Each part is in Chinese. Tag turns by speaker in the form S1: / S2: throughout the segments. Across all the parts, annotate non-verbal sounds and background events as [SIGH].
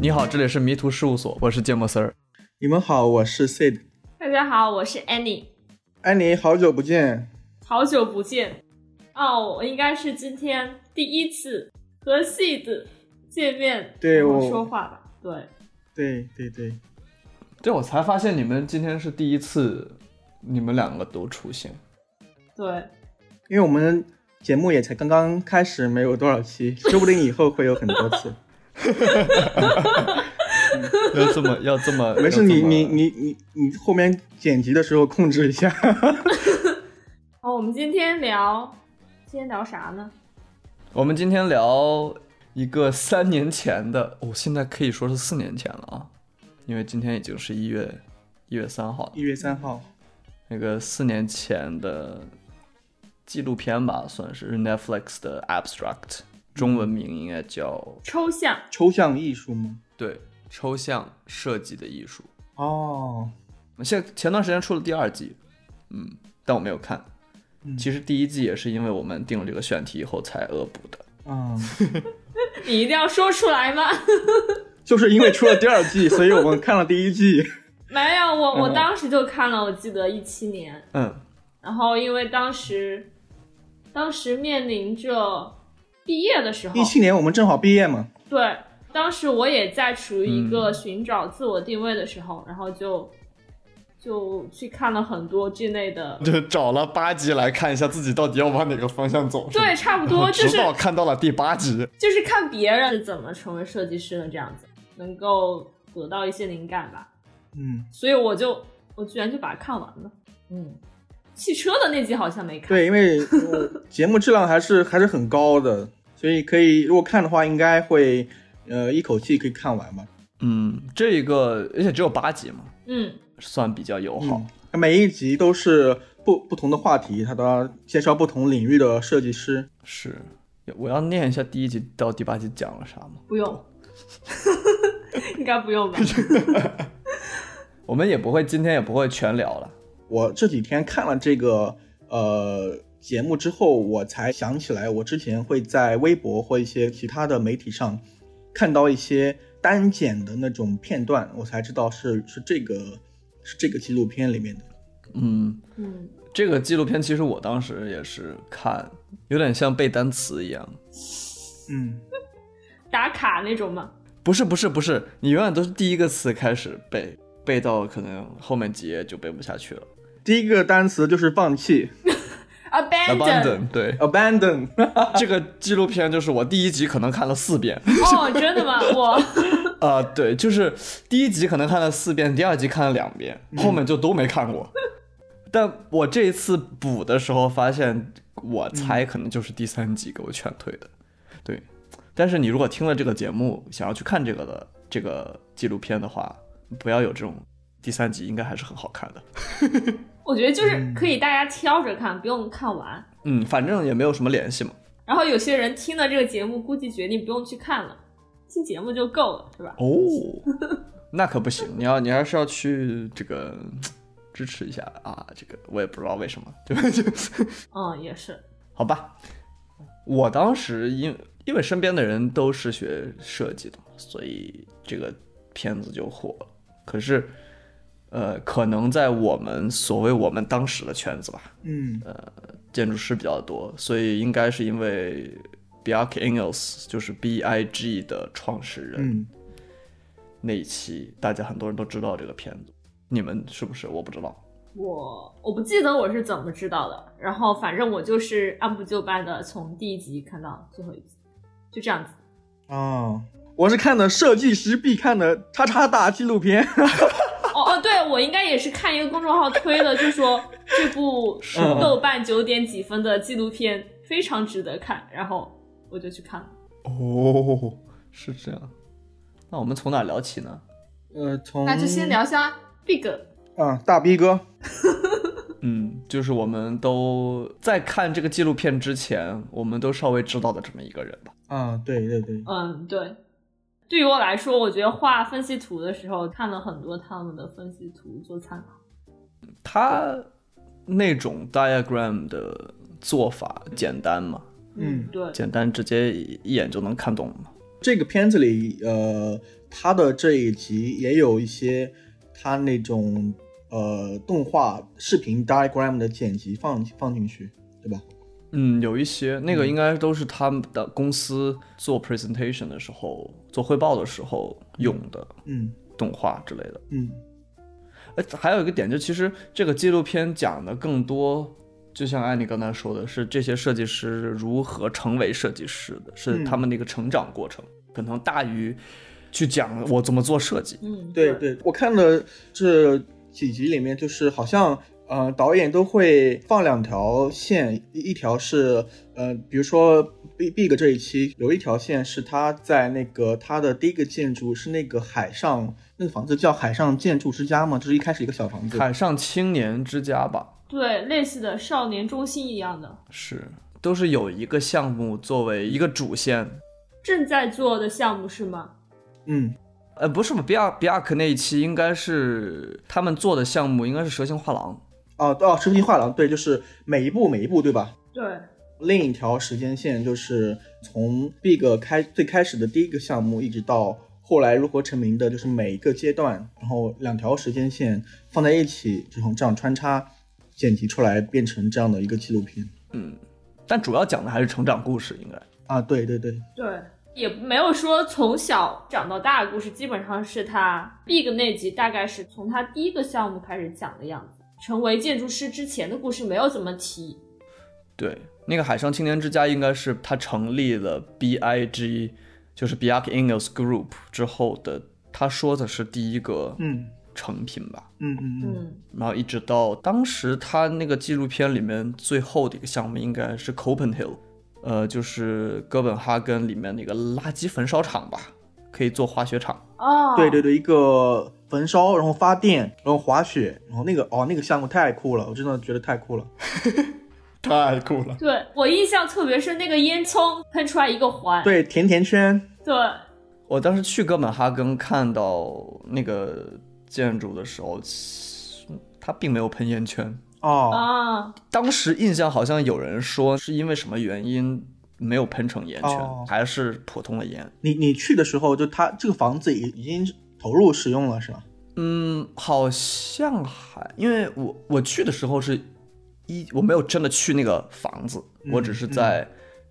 S1: 你好，这里是迷途事务所，我是芥末丝儿。
S2: 你们好，我是 Sid。
S3: 大家好，我是 Annie，
S2: 安妮，好久不见。
S3: 好久不见。哦，我应该是今天第一次和戏子见面，
S2: 对
S3: 然后
S2: 我
S3: 说话吧。对，
S2: 对对对，
S1: 对，我才发现你们今天是第一次，你们两个都出现。
S3: 对，
S2: 因为我们节目也才刚刚开始，没有多少期，说不定以后会有很多 [LAUGHS] 次。
S1: [LAUGHS] 要这么要这么，
S2: 没事，
S1: 要这
S2: 你
S1: 么啊
S2: 你你你你后面剪辑的时候控制一下。
S3: 哦，我们今天聊，今天聊啥呢？
S1: 我们今天聊一个三年前的，哦，现在可以说是四年前了啊，因为今天已经是一月一月三号了
S2: [LAUGHS] 一。月三号，
S1: 那个四年前的纪录片吧，算是 Netflix 的 Abstract，中文名应该叫
S3: 抽象，
S2: 抽象艺术吗？
S1: 对抽象设计的艺术。
S2: 哦，
S1: 现在前段时间出了第二季，嗯，但我没有看。
S2: 嗯
S1: 其实第一季也是因为我们定了这个选题以后才恶补的。
S2: 嗯，
S3: 你一定要说出来吗？ [LAUGHS]
S2: 就是因为出了第二 [LAUGHS] 季，所以我们看了第一季。
S3: 没有，
S2: [LAUGHS]
S3: 我我
S2: 嗯
S3: 当时就看了，我记得一七年，
S1: 嗯，
S3: 然后因为当时，当时面临着毕业的时候
S2: 一，七年我们正好毕业嘛。
S3: 对，当时我也在处于一个寻找自我定位的时候，然后就就去看了很多这类的，
S1: 就找了八集来看一下自己到底要往哪个方向走。是吧
S3: 对，，差不多就是
S1: 看到了第八集。
S3: 就是看别人是怎么成为设计师的这样子，能够得到一些灵感吧。
S2: 嗯，
S3: 所以我就我居然就把它看完了。嗯，汽车的那集好像没看。
S2: 对，因为我节目质量还是还是很高的，所以可以如果看的话，应该会呃一口气可以看完吧。
S1: 嗯，这一个而且只有八集嘛，
S3: 嗯，
S1: 算比较友好
S2: 好。，嗯每一集都是不不同的话题，它都要介绍不同领域的设计师。
S1: 是，我要念一下第一集到第八集讲了啥吗？
S3: 不用， [LAUGHS] 应该不用吧？
S1: 我们也不会今天也不会全聊了。
S2: 我这几天看了这个呃节目之后，我才想起来，我之前会在微博或一些其他的媒体上看到一些单剪的那种片段，我才知道是是这个是这个纪录片里面的。
S1: 嗯，
S3: 嗯，
S1: 这个纪录片其实我当时也是看，有点像背单词一样。
S2: 嗯，
S3: 打卡那种嘛。
S1: 不是不是不是，你永远都是第一个词开始背，背到可能后面几页就背不下去了。
S2: 第一个单词就是放弃
S1: Abandon，对，
S2: ，abandon。
S1: 这个纪录片就是我第一集可能看了四遍，
S3: 哦，真的吗？我
S1: 啊、对，就是第一集可能看了四遍，第二集看了两遍，后面就都没看过。但我这一次补的时候发现，我猜可能就是第三集给我劝退的。对，但是你如果听了这个节目，想要去看这个的这个纪录片的话，不要有这种第三集应该还是很好看的。
S3: 我觉得就是可以大家挑着看，不用看完。
S1: 嗯，反正也没有什么联系嘛。
S3: 然后有些人听了这个节目，估计决定不用去看了，听节目就够了，是吧？
S1: 哦， [LAUGHS] 那可不行，你要你还是要去这个支持一下啊。这个我也不知道为什么，对吧？就 [LAUGHS]
S3: 嗯，也是。
S1: 好吧，我当时因因为身边的人都是学设计的，所以这个片子就火了。可是，呃，可能在我们所谓我们当时的圈子吧，
S2: 嗯
S1: 建筑师比较多，所以应该是因为 Bjork Ingels 就是 B I G 的创始人、
S2: 嗯，
S1: 那一期，大家很多人都知道这个片子。你们是不是？我不知道。
S3: 我我不记得我是怎么知道的，然后反正我就是按部就班的从第一集看到最后一集，就这样子。
S2: 哦，我是看的设计师必看的叉叉大纪录片。
S3: 哦哦，对我应该也是看一个公众号推的，就说这部
S1: 是
S2: 吗
S3: 豆瓣九点几分的纪录片非常值得看，然后我就去看了。
S1: 哦，是这样。那我们从哪聊起呢？
S2: 呃，从
S3: 那就先聊一下 Big，
S2: 啊，大逼哥，
S1: 嗯，就是我们都在看这个纪录片之前，我们都稍微知道的这么一个人吧。
S2: 啊，对对对，
S3: 嗯，对。对于我来说，我觉得画分析图的时候看了很多他们的分析图做参考。
S1: 他那种 diagram 的做法简单嘛，
S2: 嗯
S3: 对，
S1: 简单直接一眼就能看懂嘛。
S2: 这个片子里，呃，它的这一集也有一些它那种呃动画视频 diagram 的剪辑放放进去，对吧？
S1: 嗯，有一些那个应该都是他们的公司做 presentation 的时候、做汇报的时候用的
S2: 嗯
S1: 动画之类的。
S2: 嗯
S1: 哎，还有一个点，就其实这个纪录片讲的更多，就像安妮刚才说的，是这些设计师如何成为设计师的，是
S2: 嗯
S1: 他们的一个成长过程，可能大于去讲我怎么做设计。
S3: 嗯，
S2: 对对，我看的这几集里面，就是好像呃导演都会放两条线，一一条是呃，比如说 Big Big 这一期有一条线是他在那个他的第一个建筑是那个海上那个房子叫海上建筑之家嘛，就是一开始一个小房子，
S1: 海上青年之家吧，
S3: 对，类似的少年中心一样的，
S1: 是都是有一个项目作为一个主线。
S3: 正在做的项目是吗？
S2: 嗯，
S1: 呃，不是吧？比亚比亚克那一期应该是他们做的项目，应该是蛇形画廊。
S2: 哦哦，视频画廊，对，就是每一步每一步，对吧？
S3: 对，
S2: 另一条时间线就是从 Big 开最开始的第一个项目，一直到后来如何成名的，就是每一个阶段，然后两条时间线放在一起，然后这样穿插剪辑出来，变成这样的一个纪录片
S1: 嗯，但主要讲的还是成长故事，应该。
S2: 啊！对对对，
S3: 对，也没有说从小长到大的故事，基本上是他 Big 那集大概是从他第一个项目开始讲的样子。成为建筑师之前的故事没有怎么提，
S1: 对，那个海上青年之家应该是他成立了 BIG，就是 Biak Ingels Group 之后的，他说的是第一个
S2: 嗯
S1: 成品吧。
S2: 嗯嗯嗯，
S3: 嗯，
S1: 然后一直到当时他那个纪录片里面最后的一个项目应该是 Copenhagen，呃，就是哥本哈根里面那个垃圾焚烧厂吧，可以做滑雪场。
S3: 哦，
S2: 对对，对，一个焚烧，然后发电，然后滑雪，然后那个哦，那个项目太酷了，我真的觉得太酷了。
S1: [LAUGHS] 太酷了！
S3: 对我印象特别深，那个烟囱喷出来一个环，
S2: 对，甜甜圈，
S3: 对
S1: 我当时去哥本哈根看到那个建筑的时候，它并没有喷烟圈，
S2: 哦
S3: 啊，
S1: 当时印象好像有人说是因为什么原因没有喷成烟圈，
S2: 哦
S1: 还是普通的烟。
S2: 你你去的时候，就它这个房子已已经投入使用了，是吧？
S1: 嗯，好像还因为我我去的时候是一我没有真的去那个房子，
S2: 嗯
S1: 我只是在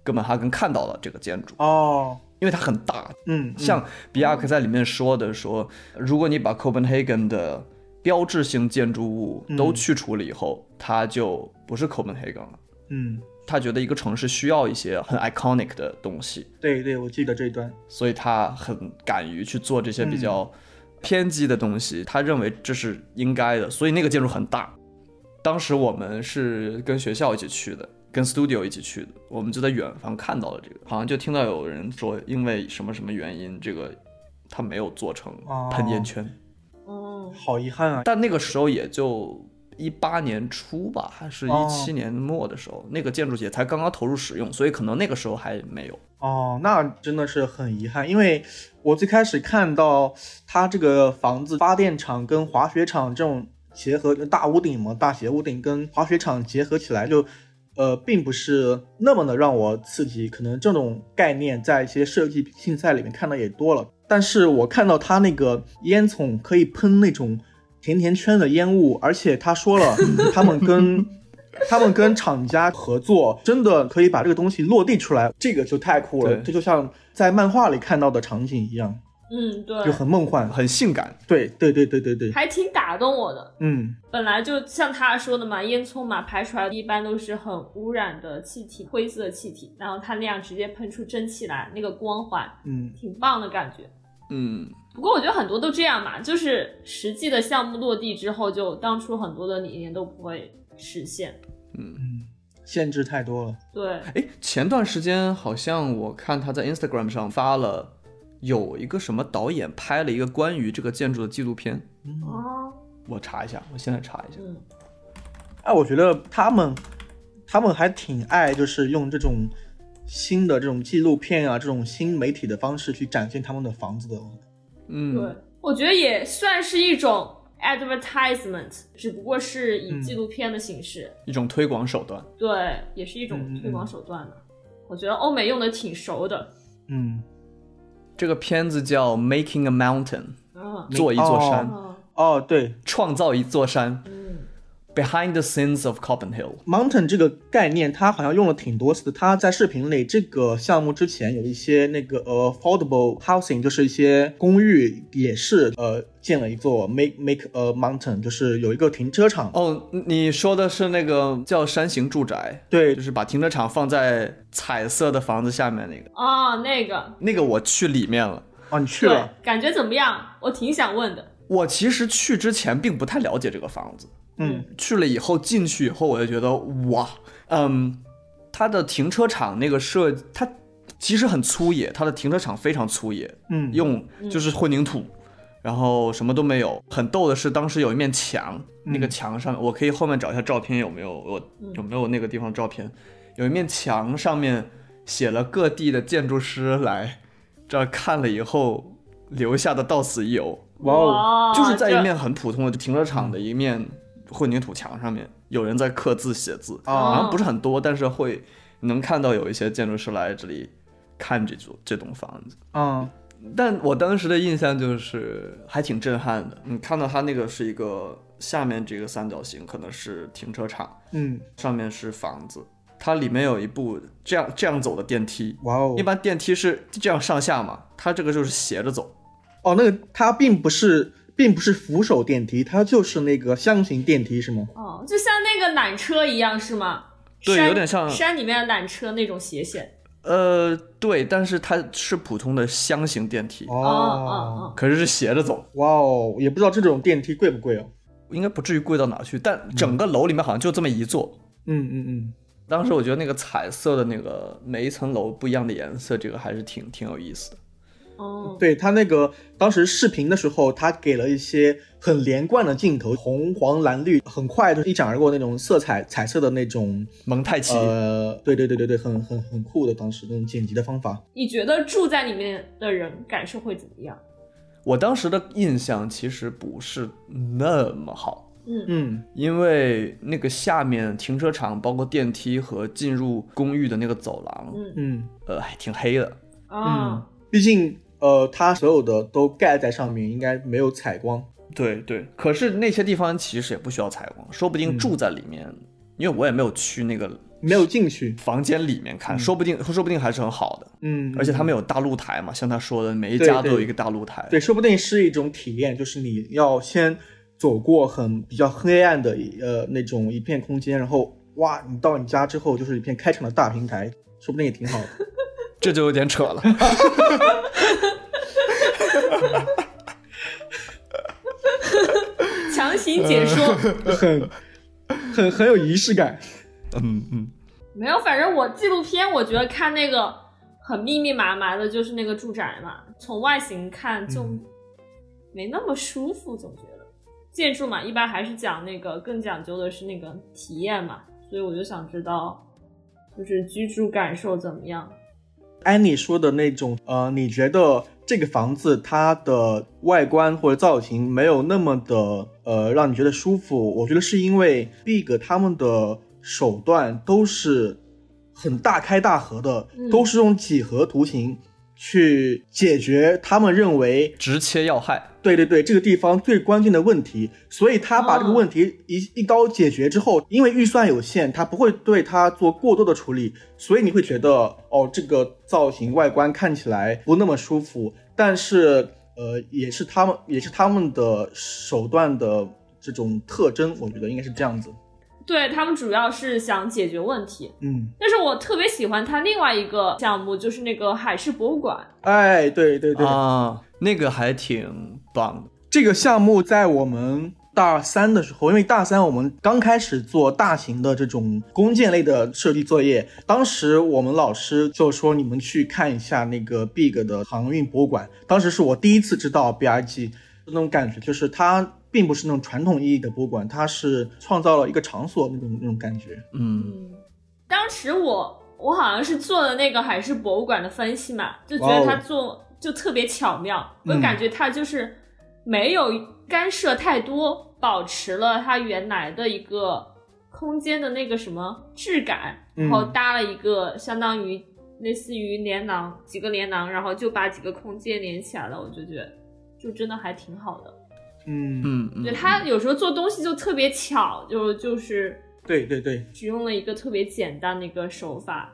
S1: 哥本哈根看到了这个建筑，
S2: 哦，
S1: 因为它很大，
S2: 嗯，嗯
S1: 像比亚克在里面说的说，如果你把 Copenhagen 的标志性建筑物都
S2: 嗯
S1: 去除了以后，它就不是 Copenhagen 了。
S2: 嗯，
S1: 他觉得一个城市需要一些很 iconic 的东西，
S2: 对对，我记得这一段。
S1: 所以他很敢于去做这些比较
S2: 嗯
S1: 偏激的东西，他认为这是应该的，所以那个建筑很大。当时我们是跟学校一起去的，跟 studio 一起去的，我们就在远方看到了这个，好像就听到有人说，因为什么什么原因，这个他没有做成
S2: 哦
S1: 喷烟圈，
S3: 嗯，
S2: 好遗憾啊！
S1: 但那个时候也就。一八年初吧，还是一
S2: 哦
S1: 七年末的时候，那个建筑也才刚刚投入使用，所以可能那个时候还没有。
S2: 哦，那真的是很遗憾，因为我最开始看到它这个房子发电厂跟滑雪场这种结合，大屋顶嘛，大斜屋顶跟滑雪场结合起来就，呃，并不是那么的让我刺激。可能这种概念在一些设计竞赛里面看的也多了，但是我看到它那个烟囱可以喷那种甜甜圈的烟雾，而且他说 [LAUGHS] 了，他们跟。他们跟厂家合作，真的可以把这个东西落地出来，这个就太酷了。
S1: 对
S2: 这就像在漫画里看到的场景一样，
S3: 嗯，对，
S2: 就很梦幻。
S1: 很性感。
S2: 对对对对对对，
S3: 还挺打动我的。
S2: 嗯
S3: 本来就像他说的嘛，烟囱嘛排出来的一般都是很污染的气体，灰色气体，然后他那样直接喷出蒸汽来，那个光环
S2: 嗯
S3: 挺棒的感觉。
S1: 嗯，
S3: 不过我觉得很多都这样嘛，就是实际的项目落地之后，就当初很多的理念都不会实现。
S2: 嗯，限制太多了。
S3: 对，
S1: 哎，前段时间好像我看他在 Instagram 上发了，有一个什么导演拍了一个关于这个建筑的纪录片，
S2: 嗯，
S3: 哦，
S1: 我查一下，我现在查一下。
S3: 嗯，
S2: 哎，我觉得他们他们还挺爱，就是用这种新的这种纪录片啊，这种新媒体的方式去展现他们的房子的。
S3: 对
S1: 嗯，，
S3: 我觉得也算是一种 advertisement，只不过是以纪录片的形式，
S1: 一种推广手段。
S3: 对，
S1: 嗯
S3: 也是一种推广手段嘛。我觉得欧美用的挺熟的。
S2: 嗯，
S1: 这个片子叫《Making a Mountain》，
S3: 嗯
S1: 做一座山，
S3: 嗯
S2: 哦，对
S1: 创造一座山
S3: 嗯
S1: ，Behind the Scenes of Copenhagen。
S2: ，mountain 这个概念，它好像用了挺多次的。它在视频里，这个项目之前有一些那个呃 affordable housing，就是一些公寓，也是呃建了一座 make make a mountain，就是有一个停车场。
S1: 哦，你说的是那个叫山形住宅，
S2: 对
S1: 就，是把停车场放在彩色的房子下面那个。
S3: 啊，那个
S1: 那个我去里面了。
S2: 哦，你去了，
S3: 对感觉怎么样？我挺想问的。
S1: 我其实去之前并不太了解这个房子，
S2: 嗯，
S1: 去了以后进去以后，我就觉得哇，嗯，它的停车场那个设，它其实很粗野，它的停车场非常粗野，
S2: 嗯，
S1: 用就是混凝土，然后什么都没有。很逗的是，当时有一面墙，
S2: 嗯
S1: 那个墙上我可以后面找一下照片有没有我有没有那个地方照片，有一面墙上面写了各地的建筑师来这儿看了以后留下的到此一游，
S2: 哇哦，
S1: 就是在一
S3: 这
S1: 面很普通的停车场的一面混凝土墙上面，有人在刻字写字，
S2: 啊
S1: 好像不是很多，但是会能看到有一些建筑师来这里看这座这栋房子。
S2: 嗯，
S1: 但我当时的印象就是还挺震撼的。你看到它那个是一个下面这个三角形可能是停车场，
S2: 嗯，
S1: 上面是房子，它里面有一部这样这样走的电梯。
S2: 哇哦
S1: 一，般电梯是这样上下嘛，它这个就是斜着走。
S2: 哦，那个它并不是，并不是扶手电梯，它就是那个箱型电梯是吗？
S3: 哦，就像那个缆车一样是吗？
S1: 对
S3: 山
S1: 有点像
S3: 山里面的缆车那种斜线。
S1: 呃，对，但是它是普通的箱型电梯，
S3: 哦哦哦，
S1: 可是是斜着走，
S2: 哇哦，也不知道这种电梯贵不贵哦。
S1: 应该不至于贵到哪去。但整个楼里面好像就这么一座，
S2: 嗯嗯嗯，
S1: 当时我觉得那个彩色的那个每一层楼不一样的颜色，这个还是挺挺有意思的。
S3: 哦，
S2: 对他那个当时视频的时候，他给了一些很连贯的镜头，红黄蓝绿，很快就一闪而过那种色彩彩色的那种，
S1: 蒙太奇，
S2: 呃，对对对对对，很很很酷的当时那种剪辑的方法。
S3: 你觉得住在里面的人感受会怎么样？
S1: 我当时的印象其实不是那么好，
S3: 嗯
S2: 嗯
S1: 因为那个下面停车场，包括电梯和进入公寓的那个走廊，
S3: 嗯
S2: 嗯
S1: 呃，还挺黑的。嗯
S3: 啊，
S2: 毕竟呃，他所有的都盖在上面，应该没有采光。
S1: 对对，可是那些地方其实也不需要采光，说不定
S2: 嗯
S1: 住在里面，因为我也没有去那个
S2: 没有进去，
S1: 房间里面看，说不定说不定还是很好的。
S2: 嗯，
S1: 而且他们有大露台嘛，像他说的，每一
S2: 对
S1: 家都
S2: 对
S1: 有一个大露台。
S2: 对，说不定是一种体验，就是你要先走过很比较黑暗的呃那种一片空间，然后哇，你到你家之后就是一片开敞的大平台，说不定也挺好的。
S1: 这就有点扯了。嗯
S3: 强行
S1: 呃
S3: 解说。
S2: 很 [LAUGHS] 很很有仪式感。
S1: 嗯嗯，
S3: 没有，反正我纪录片，我觉得看那个很密密麻麻的，就是那个住宅嘛，从外形看就没那么舒服，总觉得建筑嘛，一般还是讲那个更讲究的是那个体验嘛，所以我就想知道，就是居住感受怎么样？
S2: 安妮说的那种，呃，你觉得这个房子它的外观或者造型没有那么的，呃，让你觉得舒服？我觉得是因为 Big 他们的手段都是很大开大合的，
S3: 嗯
S2: 都是用几何图形去解决他们认为
S1: 直切要害。
S2: 对对对，这个地方最关键的问题，所以他把这个问题一、一刀解决之后，因为预算有限，他不会对它做过多的处理，所以你会觉得哦，这个造型外观看起来不那么舒服，但是呃，也是他们也是他们的手段的这种特征，我觉得应该是这样子。
S3: 对他们主要是想解决问题，
S2: 嗯，
S3: 但是我特别喜欢它另外一个项目，就是那个海事博物馆，
S2: 哎，对对对，
S1: 啊，那个还挺棒的。
S2: 这个项目在我们大三的时候，因为大三我们刚开始做大型的这种弓箭类的设计作业，当时我们老师就说你们去看一下那个 Big 的航运博物馆。当时是我第一次知道 BRG 那种感觉，就是它并不是那种传统意义的博物馆，它是创造了一个场所那种那种感觉。
S1: 嗯，
S3: 当时我我好像是做了那个海事博物馆的分析嘛，就觉
S2: 哇
S3: 得
S2: 哦
S3: 他做就特别巧妙，我
S2: 嗯
S3: 感觉他就是没有干涉太多，保持了他原来的一个空间的那个什么质感，
S2: 嗯
S3: 然后搭了一个相当于类似于连囊几个连囊，然后就把几个空间连起来了，我就觉得就真的还挺好的。
S2: 嗯，
S1: 嗯嗯
S3: 对他有时候做东西就特别巧，就就是
S2: 对对对，
S3: 只用了一个特别简单的一个手法。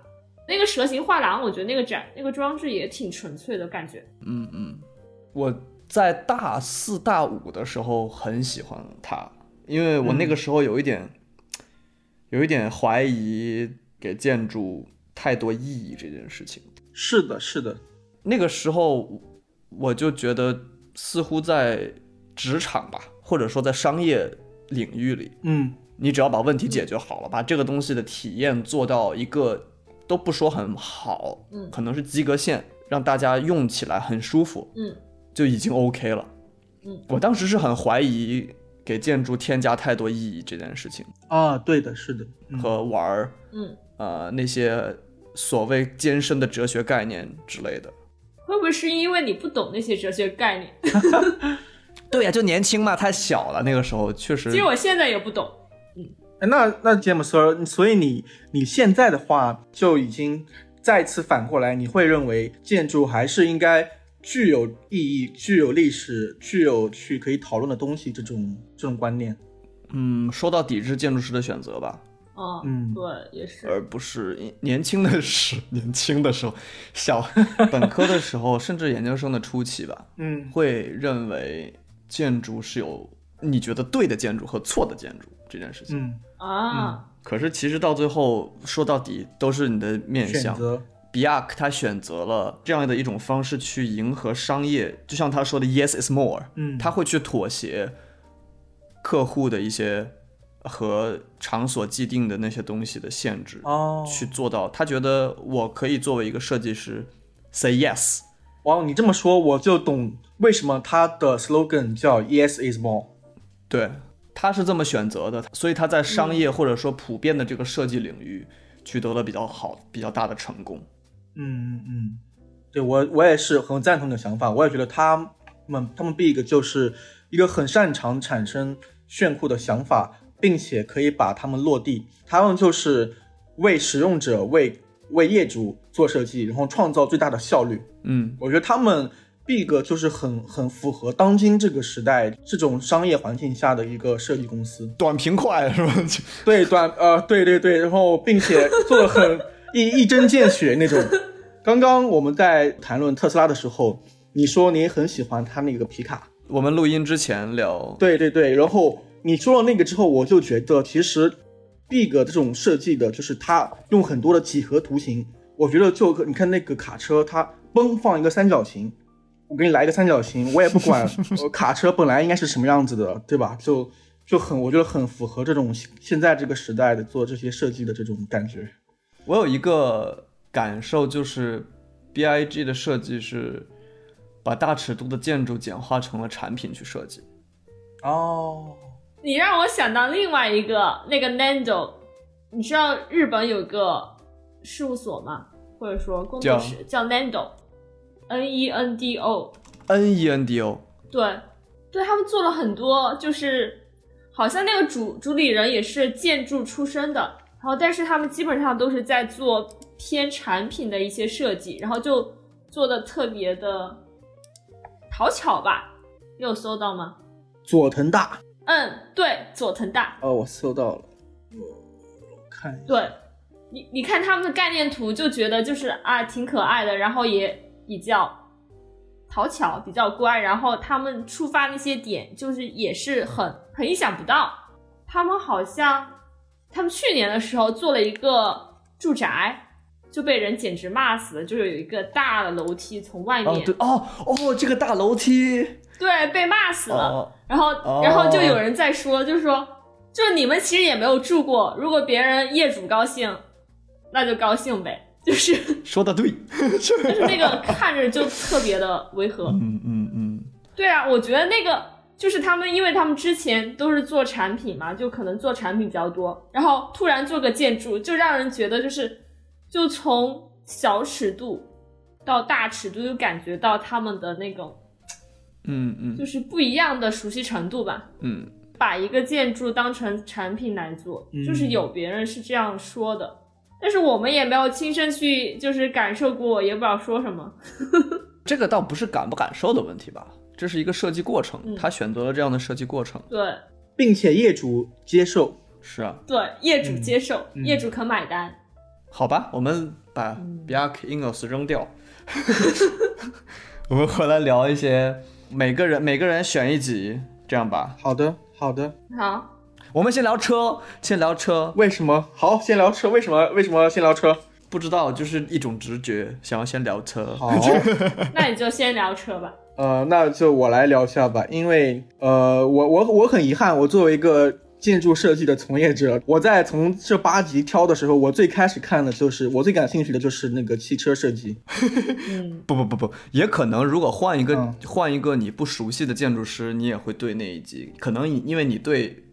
S3: 那个蛇形画廊，我觉得那个展那个装置也挺纯粹的感觉。
S1: 嗯嗯，我在大四大五的时候很喜欢他，因为我那个时候有一点，有一点怀疑给建筑太多意义这件事情。
S2: 是的，是的，
S1: 那个时候我就觉得，似乎在职场吧，或者说在商业领域里，
S2: 嗯
S1: 你只要把问题解决好了，把这个东西的体验做到一个都不说很好，
S3: 嗯
S1: 可能是及格线，让大家用起来很舒服，
S3: 嗯，
S1: 就已经 OK 了。
S3: 嗯，
S1: 我当时是很怀疑给建筑添加太多意义这件事情，
S2: 啊，对的，是的，嗯
S1: 和玩儿
S3: 嗯，
S1: 呃那些所谓艰深的哲学概念之类的。
S3: 会不会是因为你不懂那些哲学概念？
S1: 对呀、就年轻嘛，太小了，那个时候确实
S3: 其实我现在也不懂。
S2: 哎那那杰姆斯，所以你你现在的话就已经再次反过来，你会认为建筑还是应该具有意义、具有历史、具有去可以讨论的东西这种这种观念。
S1: 嗯，说到抵制建筑师的选择吧，
S3: 哦，
S2: 嗯
S3: 对，也是。
S1: 而不是年年轻的时 [LAUGHS] 年轻的时候，
S2: [LAUGHS]
S1: 小本科的时候，甚至研究生的初期吧，
S2: 嗯
S1: 会认为建筑是有你觉得对的建筑和错的建筑这件事情。
S2: 嗯，
S3: 啊，
S1: 可是其实到最后说到底都是你的面
S2: 选
S1: 向。
S2: 择
S1: 比亚克他选择了这样的一种方式去迎合商业，就像他说的 “yes is more”，
S2: 嗯
S1: 他会去妥协客户的一些和场所既定的那些东西的限制，
S2: 哦，
S1: 去做到他觉得我可以作为一个设计师 say yes，
S2: 哇，你这么说我就懂为什么他的 slogan 叫 Yes is more。
S1: 对，他是这么选择的，所以他在商业或者说普遍的这个设计领域取得了比较好、比较大的成功。
S2: 嗯嗯嗯，对我我也是很赞同你的想法，我也觉得他们他们 Big 就是一个很擅长产生炫酷的想法，并且可以把它们落地。他们就是为使用者、为为业主做设计，然后创造最大的效率。
S1: 嗯
S2: 我觉得他们 Big 就是很很符合当今这个时代这种商业环境下的一个设计公司。
S1: 短平快是吧？ [LAUGHS] 就
S2: [LAUGHS] 对，短呃，对对对，然后并且做的很一一针见血那种。刚刚我们在谈论特斯拉的时候，你说你很喜欢它那个皮卡，
S1: 我们录音之前聊，
S2: 对对对，然后你说了那个之后，我就觉得其实 Big 这种设计的，就是它用很多的几何图形，我觉得就你看那个卡车，它嘣放一个三角形，我给你来一个三角形，我也不管呃卡车本来应该是什么样子的，对吧？就就很我觉得很符合这种现现在这个时代的做这些设计的这种感觉。
S1: 我有一个感受，就是 B I G 的设计是把大尺度的建筑简化成了产品去设计。
S2: 哦，
S3: 你让我想到另外一个那个 Nando，你知道日本有个事务所吗？或者说工作室叫 Nando，N E N D O，
S1: N E N D O，
S3: 对，对他们做了很多，就是好像那个主主理人也是建筑出身的，然后但是他们基本上都是在做偏产品的一些设计，然后就做的特别的讨巧吧。你有搜到吗？
S2: 佐藤大，
S3: 嗯，对，佐藤大，
S2: 哦，我搜到了，我我看一下，
S3: 对，你你看他们的概念图就觉得就是啊挺可爱的，然后也比较讨巧，比较乖，然后他们触发那些点就是也是很很意想不到。他们好像他们去年的时候做了一个住宅，就被人简直骂死了，就是有一个大的楼梯从外面、
S1: 哦对哦哦，这个大楼梯
S3: 对被骂死了。
S1: 哦
S3: 然后、
S1: 哦
S3: 然后就有人在说，就是说，就你们其实也没有住过，如果别人业主高兴，那就高兴呗， [LAUGHS] 就是就
S1: 说的对，
S3: 是那个看着就特别的违和。
S1: 嗯嗯嗯，
S3: 对啊，我觉得那个就是他们，因为他们之前都是做产品嘛，就可能做产品比较多，然后突然做个建筑，就让人觉得就是就从小尺度到大尺度，就感觉到他们的那种
S1: 嗯嗯
S3: 就是不一样的熟悉程度吧。
S1: 嗯，
S3: 把一个建筑当成产品来做，
S2: 嗯
S3: 就是有别人是这样说的，但是我们也没有亲身去就是感受过，也不知道说什么。
S1: 这个倒不是感不感受的问题吧，这是一个设计过程，
S3: 嗯
S1: 他选择了这样的设计过程。
S3: 对
S2: 并且业主接受，
S1: 是啊，
S3: 对，业主接受，
S2: 嗯嗯
S3: 业主肯买单。
S1: 好吧，我们把
S3: 嗯
S1: Bjark Ingels 扔 [LAUGHS] 掉，我们回来聊一些每个人每个人选一集，这样吧。
S2: 好的，好的。 [LAUGHS]
S3: 好，
S1: 我们先聊车，先聊车，
S2: 为什么？好，先聊车。为什么？为什么先聊车？
S1: 不知道就是一种直觉，想要先聊车。
S2: [LAUGHS] 好，
S3: 那你就先聊车吧。
S2: 呃，那就我来聊一下吧，因为呃，我我我很遗憾，我作为一个建筑设计的从业者，我在从这八集挑的时候，我最开始看的就是我最感兴趣的就是那个汽车设 [LAUGHS] 计， [LAUGHS]
S3: 嗯，
S1: 不不不不，也可能如果换一个、
S2: 嗯
S1: 换一个你不熟悉的建筑师，你也会对那一集，可能因为你对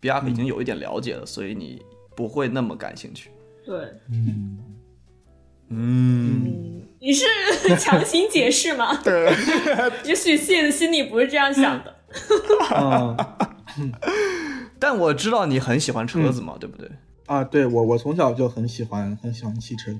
S1: b r 已经有一点了解了，所以你不会那么感兴趣。
S3: 对，
S1: 嗯，
S3: 嗯，
S2: [LAUGHS]
S3: 你是强行解释吗？对， [LAUGHS] 也许谢的心里不是这样
S2: [LAUGHS]
S3: 想的。
S2: 嗯。
S1: 但我知道你很喜欢车子嘛，对不对？
S2: 啊，对我我从小就很喜欢很喜欢汽车。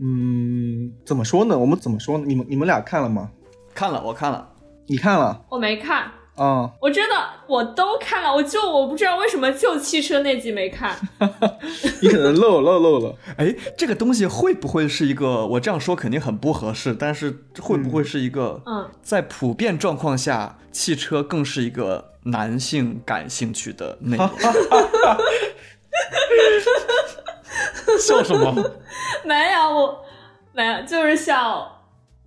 S2: 嗯，怎么说呢？我们怎么说呢？你们你们俩看了吗？
S1: 看了，我看了。
S2: 你看了
S3: 我没看，
S2: 啊、
S3: 我真的我都看了，我就我不知道为什么就汽车那集没看。
S2: [LAUGHS]
S3: [LAUGHS]
S2: 你可能漏漏漏了。
S1: 哎，这个东西会不会是一个？我这样说肯定很不合适，但是会不会是一个？
S3: 嗯，
S1: 在普遍状况下，汽车更是一个男性感兴趣的内容。 [LAUGHS] 笑什么？
S3: 没有，我没有，就是想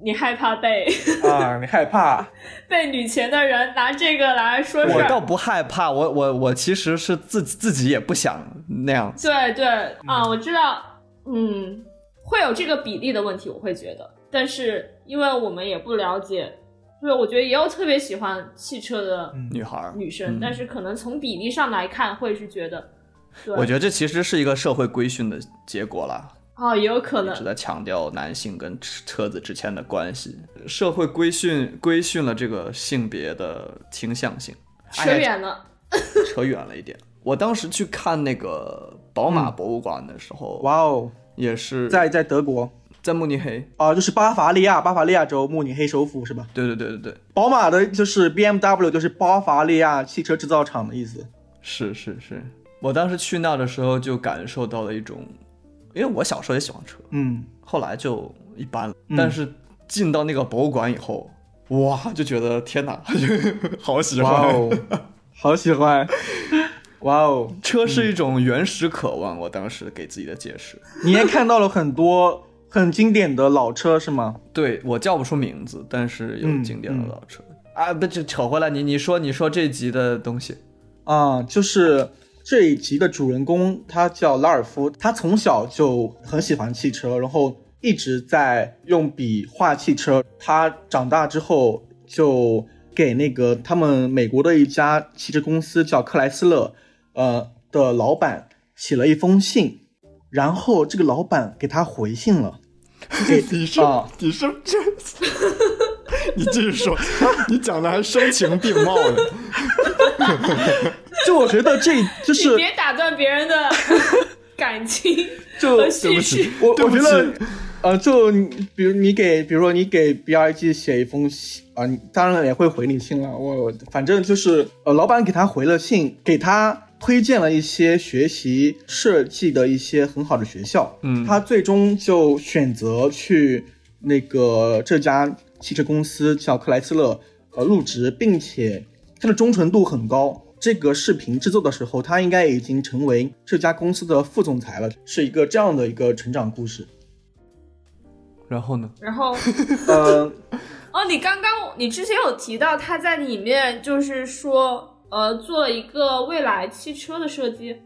S3: 你害怕被
S2: 啊，你害怕？
S3: [LAUGHS] 被女权的人拿这个来说
S1: [LAUGHS]
S3: 事
S1: 我
S3: 儿。
S1: 倒不害怕，我我我其实是自己自己也不想那样。
S3: 对对啊，我知道，嗯，会有这个比例的问题，我会觉得，但是因为我们也不了解，对，我觉得也有特别喜欢汽车的
S1: 女孩儿，
S3: 女生，
S1: 嗯
S3: 但是可能从比例上来看，会是觉得，对，
S1: 我觉得这其实是一个社会规训的结果啦，
S3: 哦，也有可能
S1: 一直，在强调男性跟车车子之间的关系。社会规训规训了这个性别的倾向性。哎
S3: 扯远了，
S1: 扯远了一点。我当时去看那个宝
S3: 嗯
S1: 马博物馆的时候，
S2: 哇哦，
S1: 也是
S2: 在在德国
S1: 在慕尼黑。
S2: 啊，就是巴伐利亚，巴伐利亚州慕尼黑首府是吧？
S1: 对对对对对，
S2: 宝马的就是 BMW，就是巴伐利亚汽车制造厂的意思。
S1: 是是是。我当时去那的时候就感受到了一种，因为我小时候也喜欢车，
S2: 嗯，
S1: 后来就一般了。
S2: 嗯
S1: 但是进到那个博物馆以后，哇，就觉得天哪， [LAUGHS] 好喜
S2: 哇
S1: 欢！
S2: 哦，好喜欢。哇哦，
S1: 车是一种原始渴望，我当时给自己的解释。
S2: 你也看到了很多很经典的老车是吗？
S1: 对我叫不出名字，但是有
S2: 嗯
S1: 经典的
S2: 嗯
S1: 老车、啊，不，这扯回来，你你说你说这集的东西，
S2: 啊，就是这一集的主人公，他叫拉尔夫，他从小就很喜欢汽车，然后一直在用笔画汽车。他长大之后就给那个他们美国的一家汽车公司叫克莱斯勒，呃的老板写了一封信，然后这个老板给他回信了。这
S1: 你是、
S2: 啊
S1: 你是 [LAUGHS] 这，你继续 [LAUGHS] 说，你讲的还声情并茂的。
S2: 就我觉得这就
S3: 你
S2: 是
S3: 别打断别
S1: [LAUGHS]
S3: 人的感情
S2: 就
S3: 和
S1: 对
S3: 叙
S1: 不
S3: 事
S1: 起。
S2: 我
S1: 对
S2: 我
S1: 不
S2: 觉
S1: 起
S2: 得，呃，就你比如你给，比如说你给 B R G 写一封信啊、你当然也会回你信了。我我反正就是，呃，老板给他回了信，给他推荐了一些学习设计的一些很好的学校。
S1: 嗯
S2: 他最终就选择去那个这家汽车公司叫克莱斯勒，呃，入职，并且它的忠诚度很高。这个视频制作的时候，他应该已经成为这家公司的副总裁了，是一个这样的一个成长故事。
S1: 然后呢？
S3: 然后，
S2: 呃，
S3: 哦，你刚刚你之前有提到他在里面就是说，呃，做一个未来汽车的设计。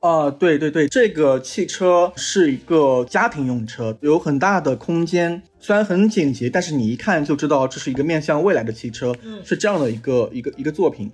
S2: 啊，对对对，这个汽车是一个家庭用车，有很大的空间，虽然很简洁，但是你一看就知道这是一个面向未来的汽车，
S3: 嗯
S2: 是这样的一个一个一个作品。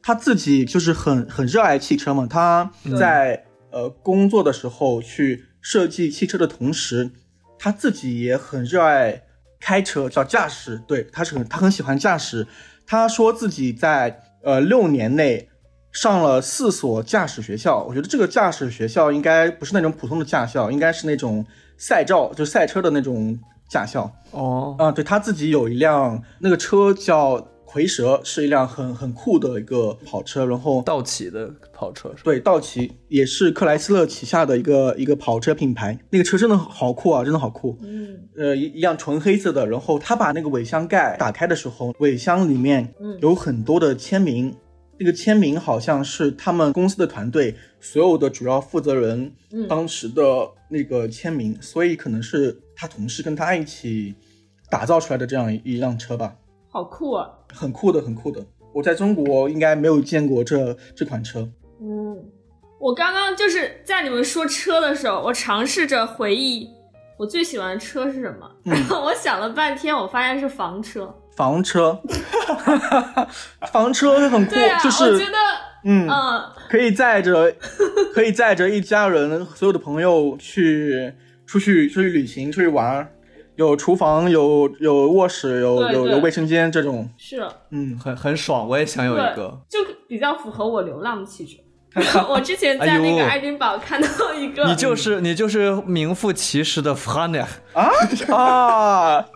S2: 他自己就是很很热爱汽车嘛，他在、呃工作的时候去设计汽车的同时，他自己也很热爱开车，叫驾驶。对，他是很他很喜欢驾驶。他说自己在呃六年内上了四所驾驶学校。我觉得这个驾驶学校应该不是那种普通的驾校，应该是那种赛照，就是赛车的那种驾校。
S1: 哦，
S2: 啊，对他自己有一辆那个车叫蝰蛇，是一辆很很酷的一个跑车，然后
S1: 道奇的跑车是吧？
S2: 对，道奇也是克莱斯勒旗下的一个一个跑车品牌，那个车真的好酷啊，真的好酷。
S3: 嗯
S2: 呃，一一辆纯黑色的，然后他把那个尾箱盖打开的时候，尾箱里面
S3: 嗯
S2: 有很多的签名，那个签名好像是他们公司的团队所有的主要负责人
S3: 嗯
S2: 当时的那个签名，所以可能是他同事跟他一起打造出来的这样一辆车吧，
S3: 好酷啊！
S2: 很酷的，很酷的。我在中国应该没有见过这这款车，
S3: 嗯，我刚刚就是在你们说车的时候，我尝试着回忆我最喜欢的车是什么，
S2: 嗯
S3: 然后 [LAUGHS] 我想了半天，我发现是房车。
S2: 房车， [LAUGHS] 房车很酷，
S3: 对啊，
S2: 就
S3: 我
S2: 是
S3: 觉得，
S2: 嗯
S3: 嗯、
S2: 可以载
S3: [LAUGHS]
S2: 着，可以载着一家人所有的朋友去出去出去旅行出去玩儿，有厨房有有卧室有
S3: 对
S2: 有
S3: 对
S2: 有卫生间这种，
S3: 是 [LAUGHS]
S2: 嗯，
S1: 很很爽，我也想有一个。
S3: 就比较符合我流浪的气质。我之前在那
S1: 哎
S3: 个
S1: 呦
S3: 爱丁堡看到一个，
S1: 你就是你就是名副其实的 f a n a
S2: 啊
S3: [LAUGHS]
S2: 啊，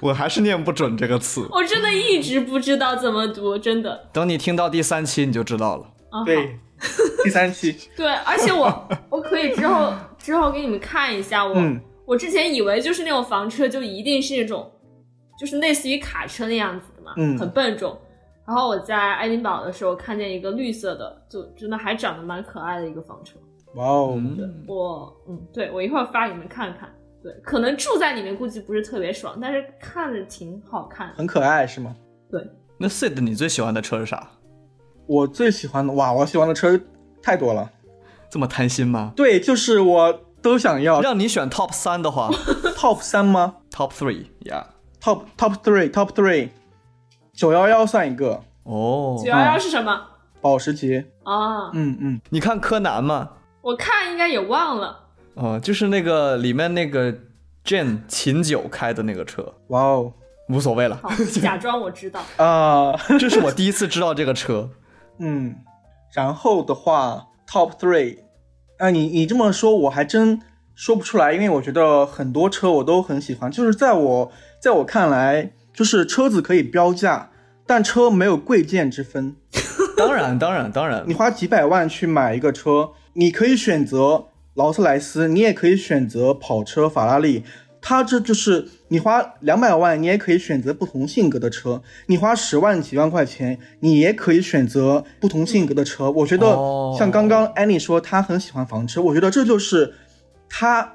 S1: 我还是念不准这个词。
S3: 我真的一直不知道怎么读，真的。
S1: 等你听到第三期你就知道了。
S3: 啊、好
S2: 对，第三期，
S3: 对，而且我我可以之后之后给你们看一下我、
S2: 嗯
S3: 我之前以为就是那种房车就一定是那种就是类似于卡车那样子的嘛，
S2: 嗯
S3: 很笨重。然后我在爱丁堡的时候看见一个绿色的，就真的还长得蛮可爱的一个房车。
S2: 哇哦，
S1: 嗯，
S3: 我嗯，对我一会儿发给你们看看。对，可能住在里面估计不是特别爽，但是看着挺好看的。
S2: 很可爱是吗？
S1: 那 Sid 你最喜欢的车是啥？
S2: 我最喜欢的哇，我喜欢的车太多了，
S1: 这么贪心吗？
S2: 对，就是我都想要
S1: 让你选 Top 三的话
S2: top 三吗
S1: ，Top three 呀。
S2: ？top top three top three，九幺幺算一个，
S1: 哦
S3: 九，幺幺是什么
S2: 保时捷，
S3: 啊？
S2: 嗯嗯。
S1: 你看柯南吗？
S3: 我看应该也忘了。
S1: 哦，就是那个里面那个 Jane 秦九开的那个车，
S2: 哇哦
S1: 无所谓了 [LAUGHS]
S3: 好。，假装我知道。
S2: 啊，
S1: 这是我第一次知道这个车。
S2: 嗯，然后的话，top three，啊，你你这么说我还真说不出来，因为我觉得很多车我都很喜欢，就是在我在我看来，就是车子可以标价，但车没有贵贱之分。
S1: 当然，当然，当然
S2: 你。花几百万去买一个车，你可以选择劳斯莱斯，你也可以选择跑车法拉利。它这就是你花两百万，你也可以选择不同性格的车；你花十万几万块钱，你也可以选择不同性格的车。我觉得
S1: 哦
S2: 像刚刚安妮说她很喜欢房车，我觉得这就是她，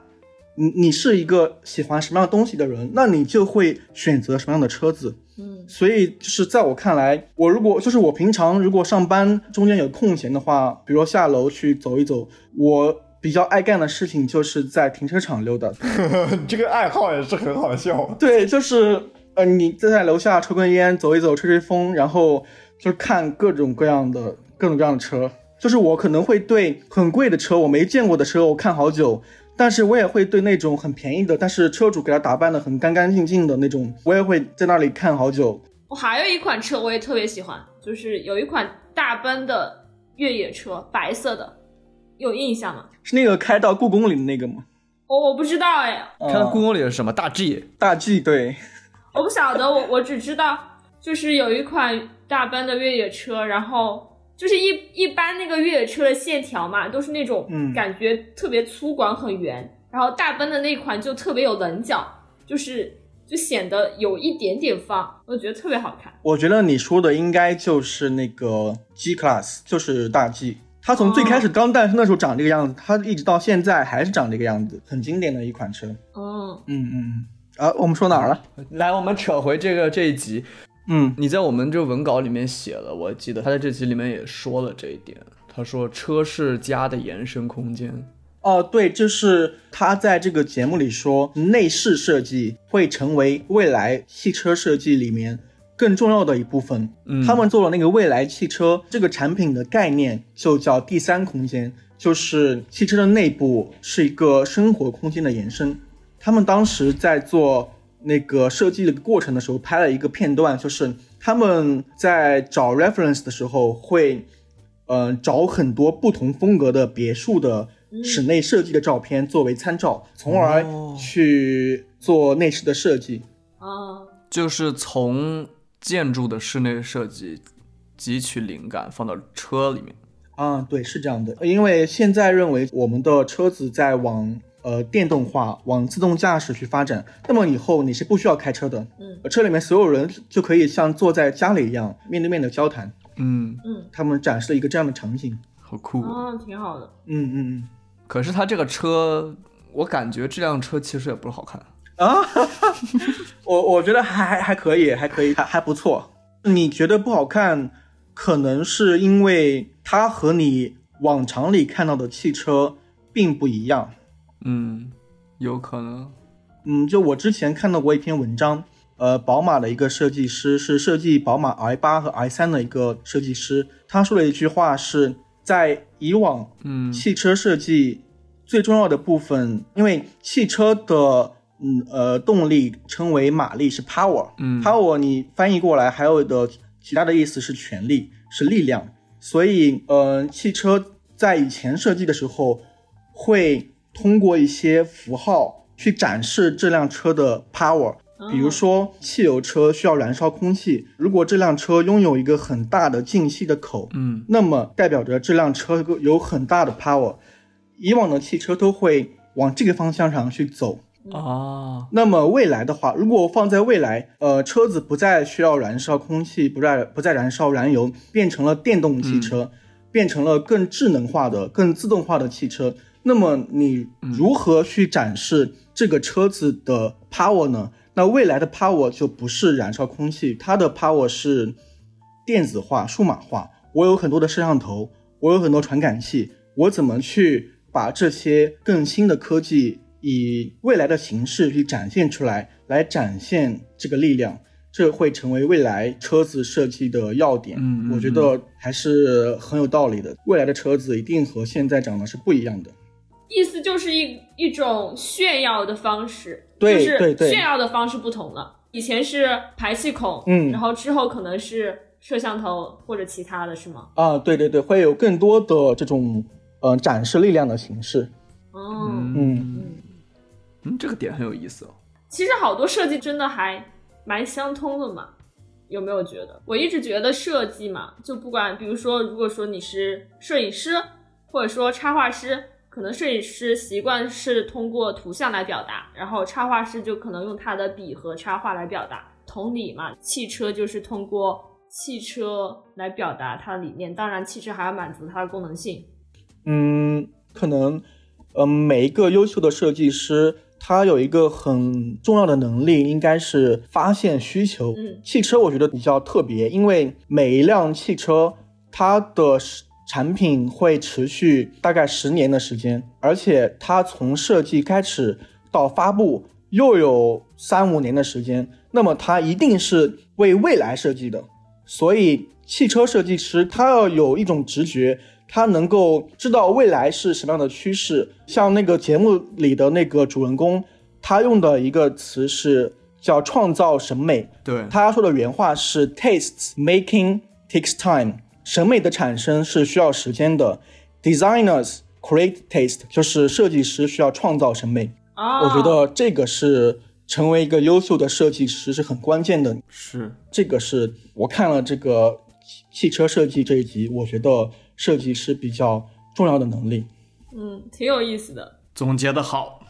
S2: 你你是一个喜欢什么样的东西的人，那你就会选择什么样的车子。
S3: 嗯
S2: 所以就是在我看来，我如果就是我平常如果上班中间有空闲的话，比如说下楼去走一走，我比较爱干的事情就是在停车场溜达。
S1: [LAUGHS] 你这个爱好也是很好笑。
S2: [LAUGHS] 对，就是呃，你就在楼下抽根烟，走一走，吹吹风，然后就是看各种各样的各种各样的车。就是我可能会对很贵的车，我没见过的车，我看好久。但是我也会对那种很便宜的，但是车主给它打扮的很干干净净的那种，我也会在那里看好久。
S3: 我还有一款车我也特别喜欢，就是有一款大奔的越野车，白色的，有印象吗？
S2: 是那个开到故宫里的那个吗？
S3: 我、我不知道哎，
S1: 看看故宫里是什么大 G，
S2: 大 G 对，
S3: 我不晓得，我我只知道就是有一款大奔的越野车，然后就是一一般那个越野车的线条嘛，都是那种
S2: 嗯
S3: 感觉特别粗犷很圆，然后大奔的那款就特别有棱角，就是就显得有一点点方，我觉得特别好看。
S2: 我觉得你说的应该就是那个 G Class，就是大 G。它从最开始刚诞生的时候长这个样子，它一直到现在还是长这个样子，很经典的一款车。
S3: 嗯，
S2: 嗯嗯嗯。啊，我们说哪儿了？
S1: 来，我们扯回这个这一集，
S2: 嗯
S1: 你在我们这文稿里面写了，我记得他在这集里面也说了这一点。他说车是家的延伸空间，
S2: 哦，对，就是他在这个节目里说，内饰设计会成为未来汽车设计里面更重要的一部分。
S1: 嗯
S2: 他们做了那个未来汽车这个产品的概念，就叫第三空间，就是汽车的内部是一个生活空间的延伸。他们当时在做那个设计的过程的时候，拍了一个片段，就是他们在找 reference 的时候会呃，找很多不同风格的别墅的
S3: 嗯
S2: 室内设计的照片作为参照，从而
S1: 哦
S2: 去做内饰的设计。
S3: 啊，
S1: 就是从建筑的室内设计汲取灵感，放到车里面。
S2: 啊，对，是这样的，因为现在认为我们的车子在往呃电动化、往自动驾驶去发展，那么以后你是不需要开车的，
S3: 嗯
S2: 呃车里面所有人就可以像坐在家里一样面对面的交谈。
S1: 嗯，
S3: 嗯，
S2: 他们展示了一个这样的场景。
S1: 好酷、哦。
S3: 啊，挺好的。
S2: 嗯嗯
S1: 可是它这个车，我感觉这辆车其实也不是好看。
S2: 嗯啊，我我觉得还还还可以，还可以，还还不错。你觉得不好看，可能是因为它和你往常里看到的汽车并不一样。
S1: 嗯，有可能。
S2: 嗯，就我之前看到过一篇文章，呃，宝马的一个设计师是设计宝马 i 八和 i 三的一个设计师，他说了一句话是在以往
S1: 嗯
S2: 汽车设计最重要的部分，因为汽车的嗯呃动力称为马力是 power，
S1: 嗯
S2: power 你翻译过来还有的其他的意思是权力是力量，所以呃汽车在以前设计的时候会通过一些符号去展示这辆车的 power，比如说，汽油车需要燃烧空气，如果这辆车拥有一个很大的进气的口，
S1: 嗯
S2: 那么代表着这辆车有很大的 power。以往的汽车都会往这个方向上去走。
S1: 啊，
S2: 那么未来的话，如果放在未来，呃，车子不再需要燃烧空气，不再不再燃烧燃油，变成了电动汽车，变成了更智能化的、更自动化的汽车。那么你如何去展示这个车子的 power 呢？那未来的 power 就不是燃烧空气，它的 power 是电子化、数码化。我有很多的摄像头，我有很多传感器，我怎么去把这些更新的科技以未来的形式去展现出来，来展现这个力量？这会成为未来车子设计的要点，
S1: 嗯嗯
S2: 我觉得还是很有道理的。未来的车子一定和现在长得是不一样的。
S3: 意思就是一一种炫耀的方式，
S2: 对
S3: 就是
S2: 对对
S3: 炫耀的方式不同了。以前是排气孔，
S2: 嗯
S3: 然后之后可能是摄像头或者其他的是吗？
S2: 啊，对对对，会有更多的这种呃展示力量的形式。
S3: 哦，
S1: 嗯嗯，这个点很有意思哦。
S3: 其实好多设计真的还蛮相通的嘛，有没有觉得？我一直觉得设计嘛，就不管比如说，如果说你是摄影师，或者说插画师，可能摄影师习惯是通过图像来表达，然后插画师就可能用他的笔和插画来表达。同理嘛，汽车就是通过汽车来表达它的理念，当然汽车还要满足它的功能性。
S2: 嗯，可能，嗯，每一个优秀的设计师，他有一个很重要的能力，应该是发现需求。
S3: 嗯
S2: 汽车我觉得比较特别，因为每一辆汽车它的是产品会持续大概十年的时间，而且它从设计开始到发布又有三五年的时间，那么它一定是为未来设计的。所以汽车设计师他要有一种直觉，他能够知道未来是什么样的趋势。像那个节目里的那个主人公，他用的一个词是叫“创造审美”，
S1: 对，
S2: 他说的原话是 “Tastes making takes time”，审美的产生是需要时间的。Designers create taste，就是设计师需要创造审美。
S3: 啊，
S2: 我觉得这个是成为一个优秀的设计师是很关键的。
S1: 是
S2: 这个是我看了这个汽汽车设计这一集，我觉得设计是比较重要的能力。
S3: 嗯，挺有意思的。
S1: 总结的好。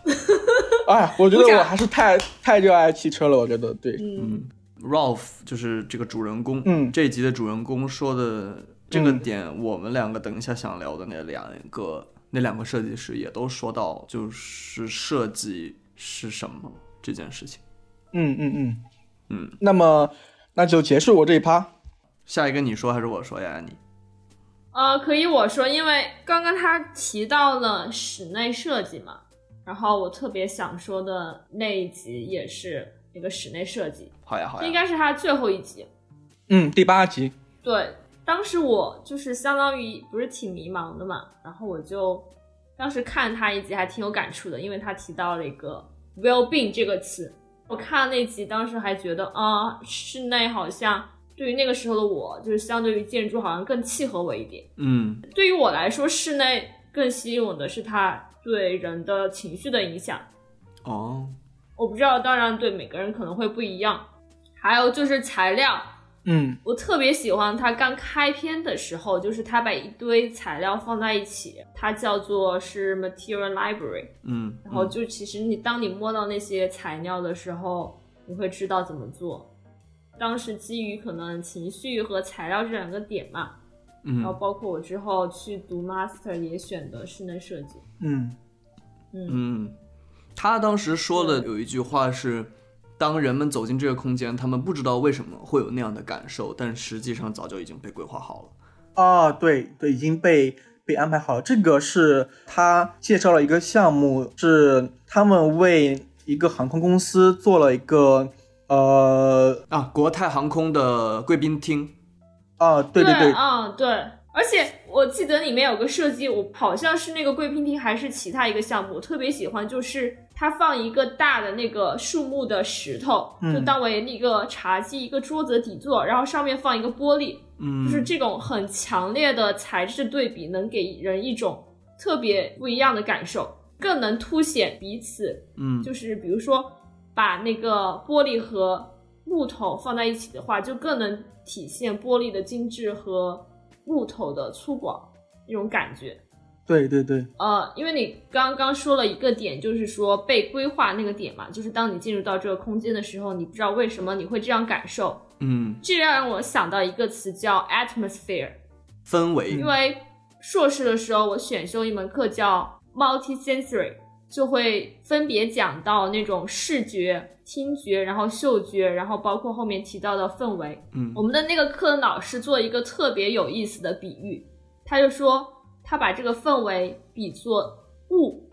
S2: 哎，我觉
S3: 鼓
S2: 得
S3: 掌
S2: 我还是太太热爱汽车了。我觉得对，
S3: 嗯
S1: Ralph 就是这个主人公，
S2: 嗯
S1: 这一集的主人公说的这个点，我们两个等一下想聊的那两个那两个设计师也都说到，就是设计是什么这件事情。
S2: 嗯嗯嗯
S1: 嗯。
S2: 那么那就结束我这一趴。
S1: 下一个你说还是我说呀？你
S3: 呃，可以我说，因为刚刚他提到了室内设计嘛，然后我特别想说的那一集也是一个室内设计，
S1: 好呀好
S3: 应
S1: 呀，
S3: 该是他最后一集。
S2: 嗯，第八集。
S3: 对，当时我就是相当于不是挺迷茫的嘛，然后我就当时看他一集还挺有感触的，因为他提到了一个 well being 这个词，我看那集当时还觉得啊、室内好像对于那个时候的我，就是相对于建筑好像更契合我一点。
S1: 嗯
S3: 对于我来说，室内更吸引我的是它对人的情绪的影响。
S1: 哦，
S3: 我不知道，当然对每个人可能会不一样。还有就是材料，
S2: 嗯
S3: 我特别喜欢它刚开篇的时候，就是它把一堆材料放在一起，它叫做是 material library。
S1: 嗯，
S3: 然后
S1: 嗯
S3: 就其实你当你摸到那些材料的时候，你会知道怎么做。当时基于可能情绪和材料这两个点嘛，然后
S1: 嗯
S3: 包括我之后去读 master 也选的室内设计。
S2: 嗯
S3: 嗯，
S1: 嗯，他当时说的有一句话是。当人们走进这个空间，他们不知道为什么会有那样的感受，但实际上早就已经被规划好了。
S2: 啊，对对，已经被被安排好了。这个是他介绍了一个项目，是他们为一个航空公司做了一个呃
S1: 啊，国泰航空的贵宾厅，
S2: 啊，对对对，
S3: 嗯，对。而且我记得里面有个设计，我好像是那个贵宾厅还是其他一个项目，我特别喜欢，就是它放一个大的那个树木的石头，
S2: 嗯
S3: 就当为那个茶几一个桌子的底座，然后上面放一个玻璃，
S1: 嗯，
S3: 就是这种很强烈的材质对比，能给人一种特别不一样的感受，更能凸显彼此。
S1: 嗯，
S3: 就是比如说，把那个玻璃和木头放在一起的话，就更能体现玻璃的精致和木头的粗犷那种感觉。
S2: 对对对，
S3: 呃，因为你刚刚说了一个点，就是说被规划那个点嘛，就是当你进入到这个空间的时候，你不知道为什么你会这样感受，
S1: 嗯，
S3: 这让我想到一个词叫 atmosphere。
S1: 氛围
S3: 因，为硕士的时候我选修一门课叫 multisensory，就会分别讲到那种视觉、听觉，然后嗅觉，然后包括后面提到的氛围。
S1: 嗯
S3: 我们的那个课的老师做一个特别有意思的比喻，他就说他把这个氛围比作雾，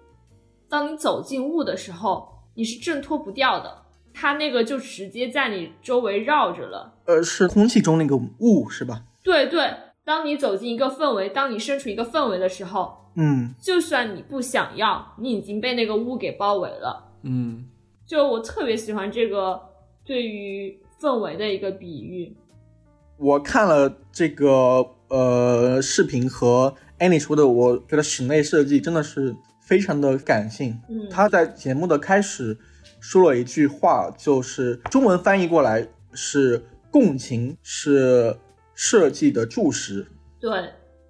S3: 当你走进雾的时候，你是挣脱不掉的，它那个就直接在你周围绕着了。
S2: 呃，是空气中那个雾是吧？
S3: 对对，当你走进一个氛围，当你身处一个氛围的时候，
S2: 嗯
S3: 就算你不想要，你已经被那个屋给包围了。
S1: 嗯
S3: 就我特别喜欢这个对于氛围的一个比喻。，
S2: 我看了这个呃视频和 Annie 说的，我觉得室内设计真的是非常的感性。
S3: 嗯，
S2: 他在节目的开始说了一句话，就是中文翻译过来是“共情是设计的注释
S3: 对，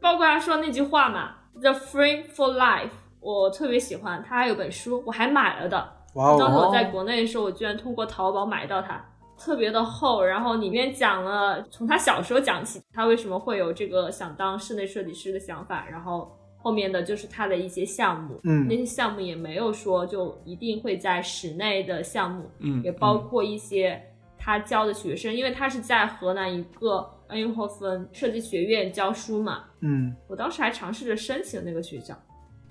S3: 包括他说那句话嘛，“The frame for life”，我特别喜欢。他还有本书，我还买了的。”。
S2: 哇
S3: 当时
S2: 哦，
S3: 我在国内的时候，我居然通过淘宝买到它，特别的厚，然后里面讲了从他小时候讲起，他为什么会有这个想当室内设计师的想法，然后后面的就是他的一些项目，
S2: 嗯
S3: 那些项目也没有说就一定会在室内的项目，
S1: 嗯，
S3: 也包括一些他教的学生，因为他是在河南一个恩约霍芬设计学院教书嘛，
S2: 嗯
S3: 我当时还尝试着申请那个学校。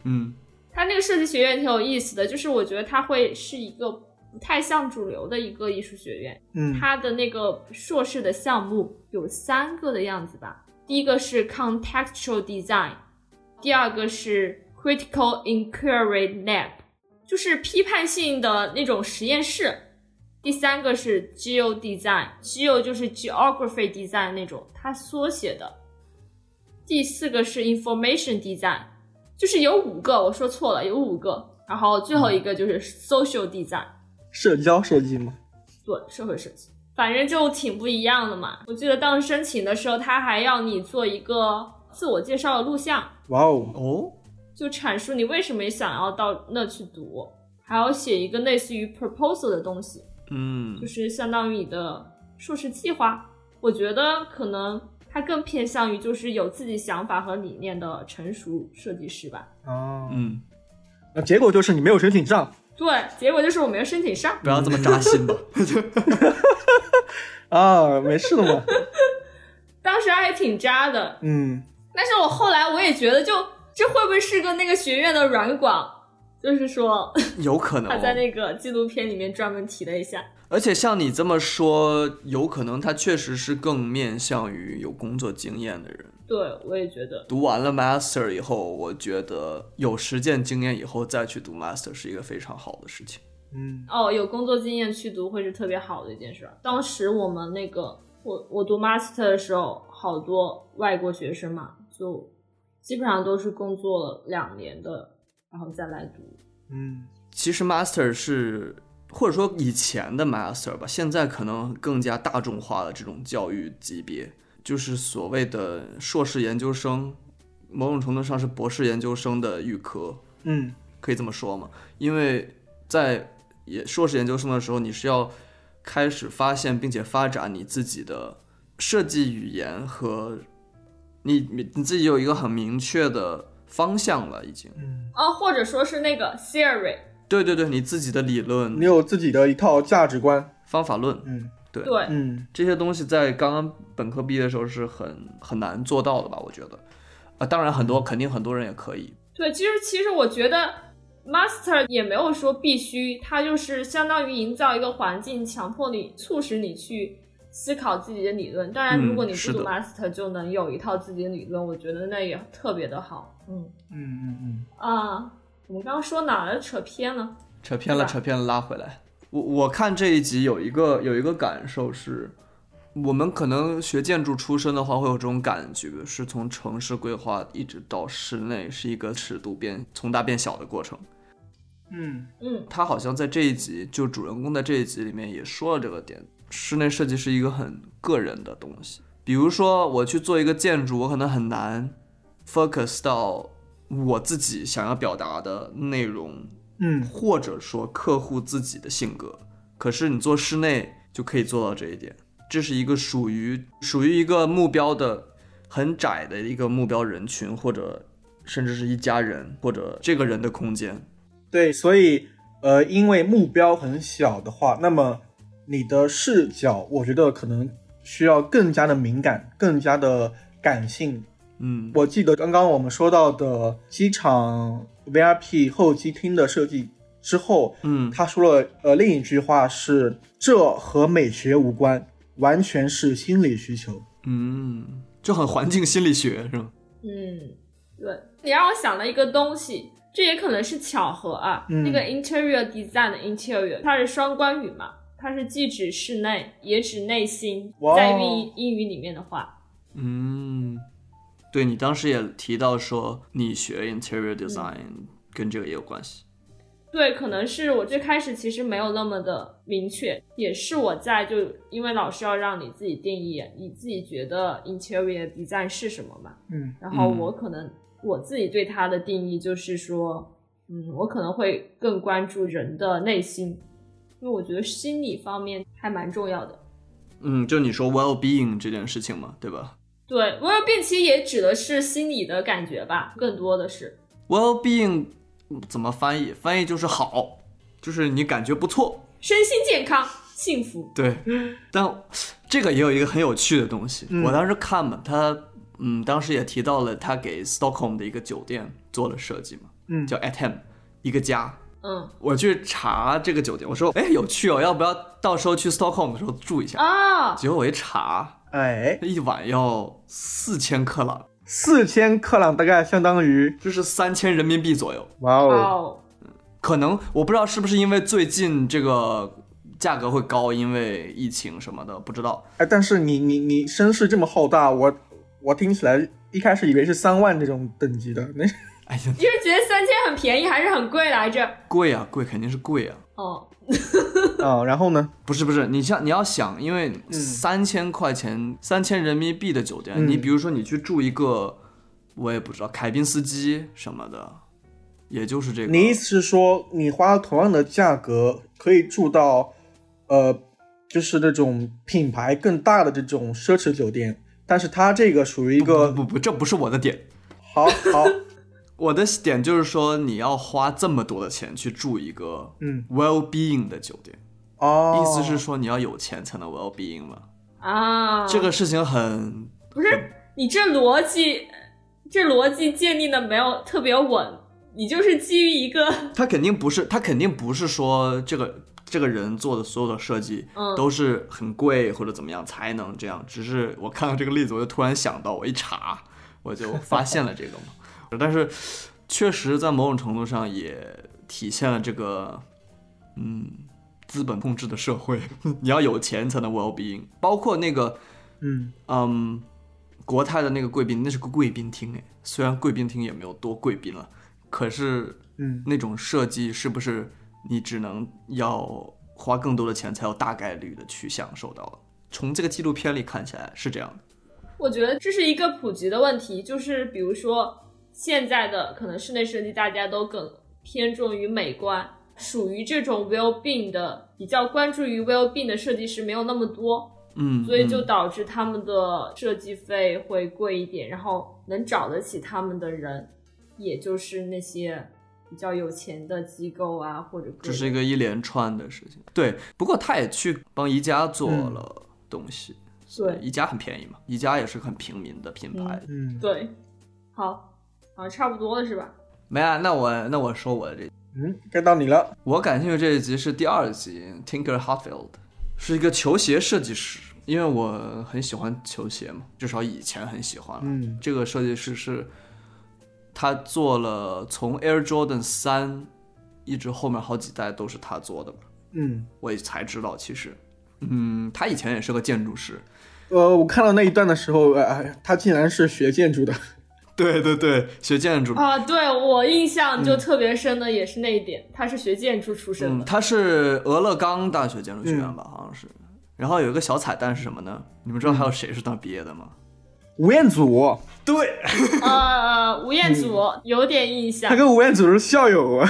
S1: 嗯
S3: 它那个设计学院挺有意思的，就是我觉得它会是一个不太像主流的一个艺术学院。
S2: 嗯
S3: 它的那个硕士的项目有三个的样子吧，第一个是 contextual design，第二个是 critical inquiry lab，就是批判性的那种实验室，第三个是 geo design，geo 就是 geography design 那种，它缩写的。第四个是 information design，就是有五个，我说错了，有五个。然后最后一个就是 social design，
S2: 社交设计嘛，
S3: 对，社会设计，反正就挺不一样的嘛。我记得当时申请的时候，他还要你做一个自我介绍的录像，
S2: 哇哦，
S1: 哦，
S3: 就阐述你为什么想要到那去读，还要写一个类似于 proposal 的东西，
S1: 嗯
S3: 就是相当于你的硕士计划。我觉得可能他更偏向于就是有自己想法和理念的成熟设计师吧。
S2: 哦，
S1: 嗯，
S2: 那结果就是你没有申请上
S3: 对，结果就是我没有申请上。
S1: 不要这么扎
S3: [LAUGHS]
S1: 心吧。
S2: 啊，没事的嘛，
S3: 当时还挺渣的，
S2: 嗯
S3: 但是我后来我也觉得就，这会不会是个那个学院的软广？就是说
S1: 有可能
S3: 他
S1: 哦，
S3: 在那个纪录片里面专门提了一下，
S1: 而且像你这么说，有可能他确实是更面向于有工作经验的人。
S3: 对我也觉得，
S1: 读完了 master 以后，我觉得有实践经验以后再去读 master 是一个非常好的事情。
S2: 嗯
S3: 哦，有工作经验去读会是特别好的一件事儿。当时我们那个我我读 master 的时候，好多外国学生嘛，就基本上都是工作了两年的，然后再来读。
S2: 嗯，
S1: 其实 master 是或者说以前的 master 吧，现在可能更加大众化了这种教育级别，就是所谓的硕士研究生，某种程度上是博士研究生的预科，
S2: 嗯，
S1: 可以这么说吗？因为在也硕士研究生的时候，你是要开始发现并且发展你自己的设计语言和你你你自己有一个很明确的方向了，已经。
S3: 哦，或者说是那个 theory，
S1: 对对对，你自己的理论
S2: 你有自己的一套价值观，
S1: 方法论，
S2: 嗯
S1: 对
S3: 对，
S2: 嗯
S1: 这些东西在刚刚本科毕业的时候是很很难做到的吧？我觉得，啊，当然很多肯定很多人也可以，
S3: 对，其实其实我觉得 master 也没有说必须，它就是相当于营造一个环境，强迫你、促使你去思考自己的理论。当然，
S1: 嗯
S3: 如果你
S1: 是
S3: 不读
S1: 的
S3: master 就能有一套自己的理论，我觉得那也特别的好。嗯
S2: 嗯嗯嗯，
S3: 啊，我们刚刚说哪儿了？扯偏了。
S1: 扯偏了，
S3: 是吧
S1: 扯偏了，拉回来。我我看这一集有一个有一个感受是，我们可能学建筑出身的话，会有这种感觉，是从城市规划一直到室内是一个尺度变从大变小的过程。
S2: 嗯
S3: 嗯
S1: 他好像在这一集，就主人公在这一集里面也说了这个点，室内设计是一个很个人的东西。比如说，我去做一个建筑，我可能很难 focus 到我自己想要表达的内容，
S2: 嗯
S1: 或者说客户自己的性格。可是你做室内就可以做到这一点，这是一个属于属于一个目标的很窄的一个目标人群，或者甚至是一家人，或者这个人的空间。
S2: 对，所以呃，因为目标很小的话，那么你的视角，我觉得可能需要更加的敏感，更加的感性。
S1: 嗯，
S2: 我记得刚刚我们说到的机场 VIP 候机厅的设计之后，
S1: 嗯，
S2: 他说了呃另一句话是：这和美学无关，完全是心理需求。
S1: 嗯，就很环境心理学是吗？
S3: 嗯，对，你让我想了一个东西。这也可能是巧合啊，
S2: 嗯
S3: 那个 interior design 的 interior，它是双关语嘛，它是既指室内也指内心
S2: 哇，哦
S3: 在英英语里面的话，
S1: 嗯，对你当时也提到说你学 interior design、跟这个也有关系。
S3: 对，可能是我最开始其实没有那么的明确，也是我在就因为老师要让你自己定义，你自己觉得 interior design 是什么嘛，
S2: 嗯
S3: 然后
S1: 嗯
S3: 我可能我自己对它的定义就是说，嗯，我可能会更关注人的内心，因为我觉得心理方面还蛮重要的。
S1: 嗯，就你说 well being 这件事情嘛，对吧
S3: 对，我有病其实也指的是心理的感觉吧，更多的是，
S1: ？well being 怎么翻译？翻译就是好，就是你感觉不错。
S3: 身心健康、幸福。
S1: 对，但这个也有一个很有趣的东西。
S2: 嗯
S1: 我当时看嘛，他嗯，当时也提到了他给 Stockholm 的一个酒店做了设计嘛，
S2: 嗯
S1: 叫 Atem，一个家。
S3: 嗯
S1: 我去查这个酒店，我说，哎，有趣哦，要不要到时候去 Stockholm 的时候住一下？
S3: 啊，
S1: 结果我一查，
S2: 哎，
S1: 一晚要四千克朗，
S2: 四千克朗大概相当于
S1: 就是三千人民币左右。
S2: 哇哦，
S3: 哦，
S1: 可能我不知道是不是因为最近这个价格会高，因为疫情什么的，不知道。
S2: 哎，但是你你你声势这么浩大，我我听起来一开始以为是三万这种等级的， [LAUGHS] 那
S1: 哎呀，
S3: 就是觉得三千很便宜还是很贵来着？
S1: 贵啊，贵肯定是贵啊。
S3: 哦，
S2: 啊、然后呢？
S1: 不是不是，你像你要想，因为三千块钱、三千人民币的酒店，
S2: 嗯
S1: 你比如说你去住一个，我也不知道凯宾斯基什么的，也就是这个。
S2: 你意思是说，你花同样的价格可以住到，呃，就是那种品牌更大的这种奢侈酒店，但是它这个属于一
S1: 不
S2: 个
S1: 不不，这不是我的点，
S2: 好
S1: [LAUGHS]
S2: 好，
S1: 我的点就是说你要花这么多的钱去住一个
S2: 嗯，
S1: well being 的酒店，
S2: 哦，
S1: 意思是说你要有钱才能 well being 嘛。
S3: 啊，
S1: 这个事情很
S3: 不是你这逻辑，这逻辑建立的没有特别稳，你就是基于一个
S1: 他肯定不是，他肯定不是说这个这个人做的所有的设计
S3: 嗯
S1: 都是很贵或者怎么样才能这样。只是我看到这个例子，我就突然想到，我一查我就发现了这个嘛。 [LAUGHS] 但是确实在某种程度上也体现了这个， [LAUGHS] 嗯，资本控制的社会，你要有钱才能 well being。包括那个
S2: 嗯，
S1: 嗯，国泰的那个贵宾，那是个贵宾厅哎，虽然贵宾厅也没有多贵宾了，可是，
S2: 嗯
S1: 那种设计是不是你只能要花更多的钱才有大概率的去享受到了？从这个纪录片里看起来是这样的，
S3: 我觉得这是一个普及的问题，就是比如说现在的可能室内设计大家都更偏重于美观，属于这种 well being 的比较关注于 well being 的设计师没有那么多，
S1: 嗯，
S3: 所以就
S1: 嗯
S3: 导致他们的设计费会贵一点，然后能找得起他们的人，也就是那些比较有钱的机构啊或者个
S1: 这是一
S3: 人
S1: 个一连串的事情。对，不过他也去帮宜家做了东西，所以
S3: 对
S1: 宜家很便宜嘛，宜家也是很平民的品牌。
S2: 嗯，
S3: 对，好，啊，差不多了是吧？
S1: 没啊，那我那我说我的这
S2: 嗯，该到你了。
S1: 我感兴趣这一集是第二集，Tinker Hatfield 是一个球鞋设计师，因为我很喜欢球鞋嘛，至少以前很喜欢了。
S2: 嗯
S1: 这个设计师是他做了从 Air Jordan 三一直后面好几代都是他做的嘛，
S2: 嗯，
S1: 我也才知道其实，嗯，他以前也是个建筑师，
S2: 呃，我看到那一段的时候，呃，他竟然是学建筑的。
S1: 对对对，学建筑。
S3: 啊，对我印象就特别深的也是那一点，他是学建筑出身
S1: 嗯，
S3: 的。
S1: 他是俄勒冈大学建筑学院吧，好像是。然后有一个小彩蛋是什么呢？你们知道还有谁是那毕业的吗？
S2: 吴彦祖，
S1: 对，
S3: 呃，吴彦祖、有点印象
S2: 他，跟吴彦祖是校友啊。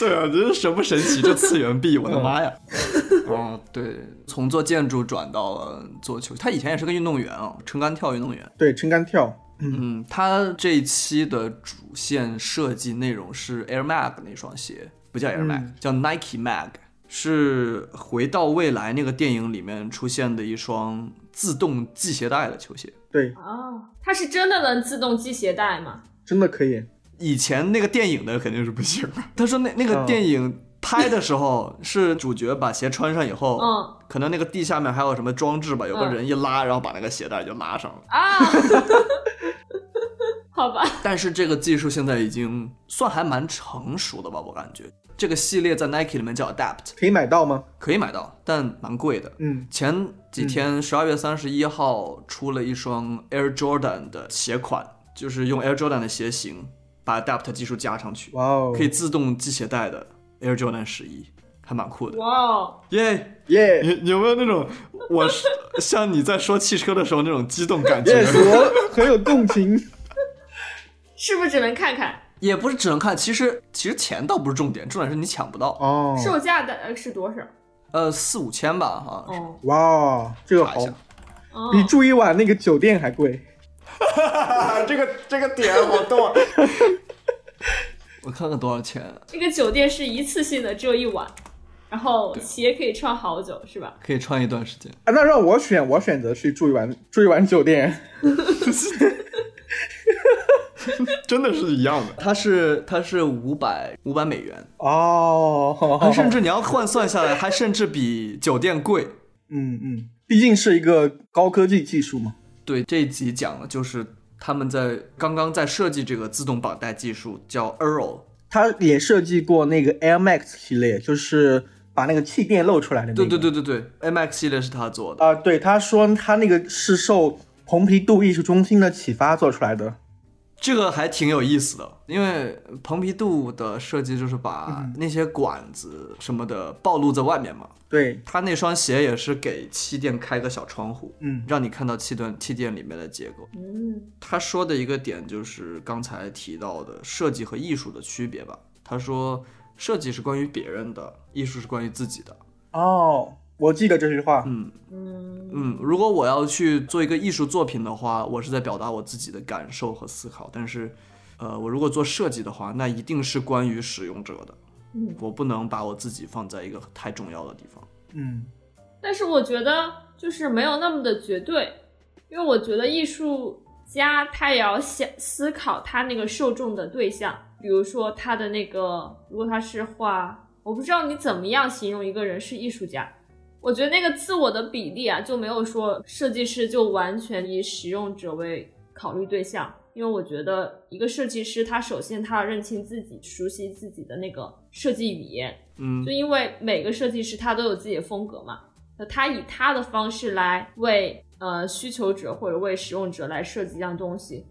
S1: 对啊，这是什么神奇？这次元壁，我的妈呀！ [LAUGHS] 哦，对，从做建筑转到了做球，他以前也是个运动员啊、撑杆跳运动员。
S2: [LAUGHS] 对，撑杆跳。
S1: 嗯，他这一期的主线设计内容是 Air Mag 那双鞋，不叫 Air Mag，、叫
S3: 嗯
S1: Nike Mag，是《回到未来》那个电影里面出现的一双自动系鞋带的球鞋。
S2: 对，
S3: 哦，他是真的能自动系鞋带吗？
S2: 真的可以。
S1: 以前那个电影的肯定是不行的。他说那那
S3: 嗯
S1: 个电影拍的时候是主角把鞋穿上以后，
S3: 嗯
S1: 可能那个地下面还有什么装置吧，有个
S3: 嗯
S1: 人一拉，然后把那个鞋带就拉上了。
S3: 啊，好吧，
S1: 但是这个技术现在已经算还蛮成熟的吧，我感觉这个系列在 Nike 里面叫 Adapt，
S2: 可以买到吗？
S1: 可以买到，但蛮贵的。
S2: 嗯
S1: 前几天十二月三十一号出了一双 Air Jordan 的鞋款，就是用 Air Jordan 的鞋型把 Adapt 技术加上去。
S2: 哇哦，
S1: 可以自动系鞋带的 Air Jordan 十一，还蛮酷的。
S3: 哇哦，
S1: 耶、
S2: 耶
S1: 你 [LAUGHS] 你有没有那种我是像你在说汽车的时候那种激动感 [LAUGHS]
S2: 耶，
S1: 觉？
S2: 我很有共情。
S3: 是不是只能看看
S1: 也不是只能看，其实其实钱倒不是重点，重点是你抢不到。
S2: 哦，
S3: 售价的呃是多少？
S1: 呃，四五千吧，哈、像
S3: 哦，
S2: 哇哦，这个
S1: 查
S2: 好
S1: 一，下
S3: 哦
S2: 比住一晚那个酒店还贵。
S1: [LAUGHS] 这个这个点好逗。我看看多少钱，
S3: 这个酒店是一次性的，只有一晚，然后
S1: 对
S3: 鞋可以穿好久，是吧？
S1: 可以穿一段时间。
S2: 啊，那让我选，我选择去住一晚住一晚酒店。
S1: 真的是一样的，它是它是五百五百美元，它
S2: 哦，
S1: 甚至你要换算下来，还甚至比酒店贵。
S2: 嗯嗯，毕竟是一个高科技技术嘛。
S1: 对这一集讲的就是他们在刚刚在设计这个自动绑带技术，叫 Earl。
S2: 他也设计过那个 Air Max 系列，就是把那个气垫露出来的那个。
S1: 对对对对对，MX 系列是他做的。
S2: 啊、对，他说他那个是受蓬皮杜艺术中心的启发做出来的。
S1: 这个还挺有意思的，因为蓬皮杜的设计就是把那些管子什么的暴露在外面嘛。
S2: 对，
S1: 他那双鞋也是给气垫开个小窗户，
S2: 嗯
S1: 让你看到气垫气垫里面的结构。
S3: 嗯，
S1: 他说的一个点就是刚才提到的设计和艺术的区别吧。他说设计是关于别人的，艺术是关于自己的。
S2: 哦，我记得这句话。
S1: 嗯，
S3: 嗯
S1: 嗯，如果我要去做一个艺术作品的话，我是在表达我自己的感受和思考。但是，呃，我如果做设计的话，那一定是关于使用者的，
S3: 嗯，
S1: 我不能把我自己放在一个太重要的地方。
S2: 嗯
S3: 但是我觉得就是没有那么的绝对，因为我觉得艺术家他也要想思考他那个受众的对象，比如说他的那个，如果他是画，我不知道你怎么样形容一个人是艺术家。我觉得那个自我的比例啊，就没有说设计师就完全以使用者为考虑对象，因为我觉得一个设计师，他首先他要认清自己，熟悉自己的那个设计语言，
S1: 嗯
S3: 就因为每个设计师他都有自己的风格嘛，那他以他的方式来为呃需求者或者为使用者来设计一样东西。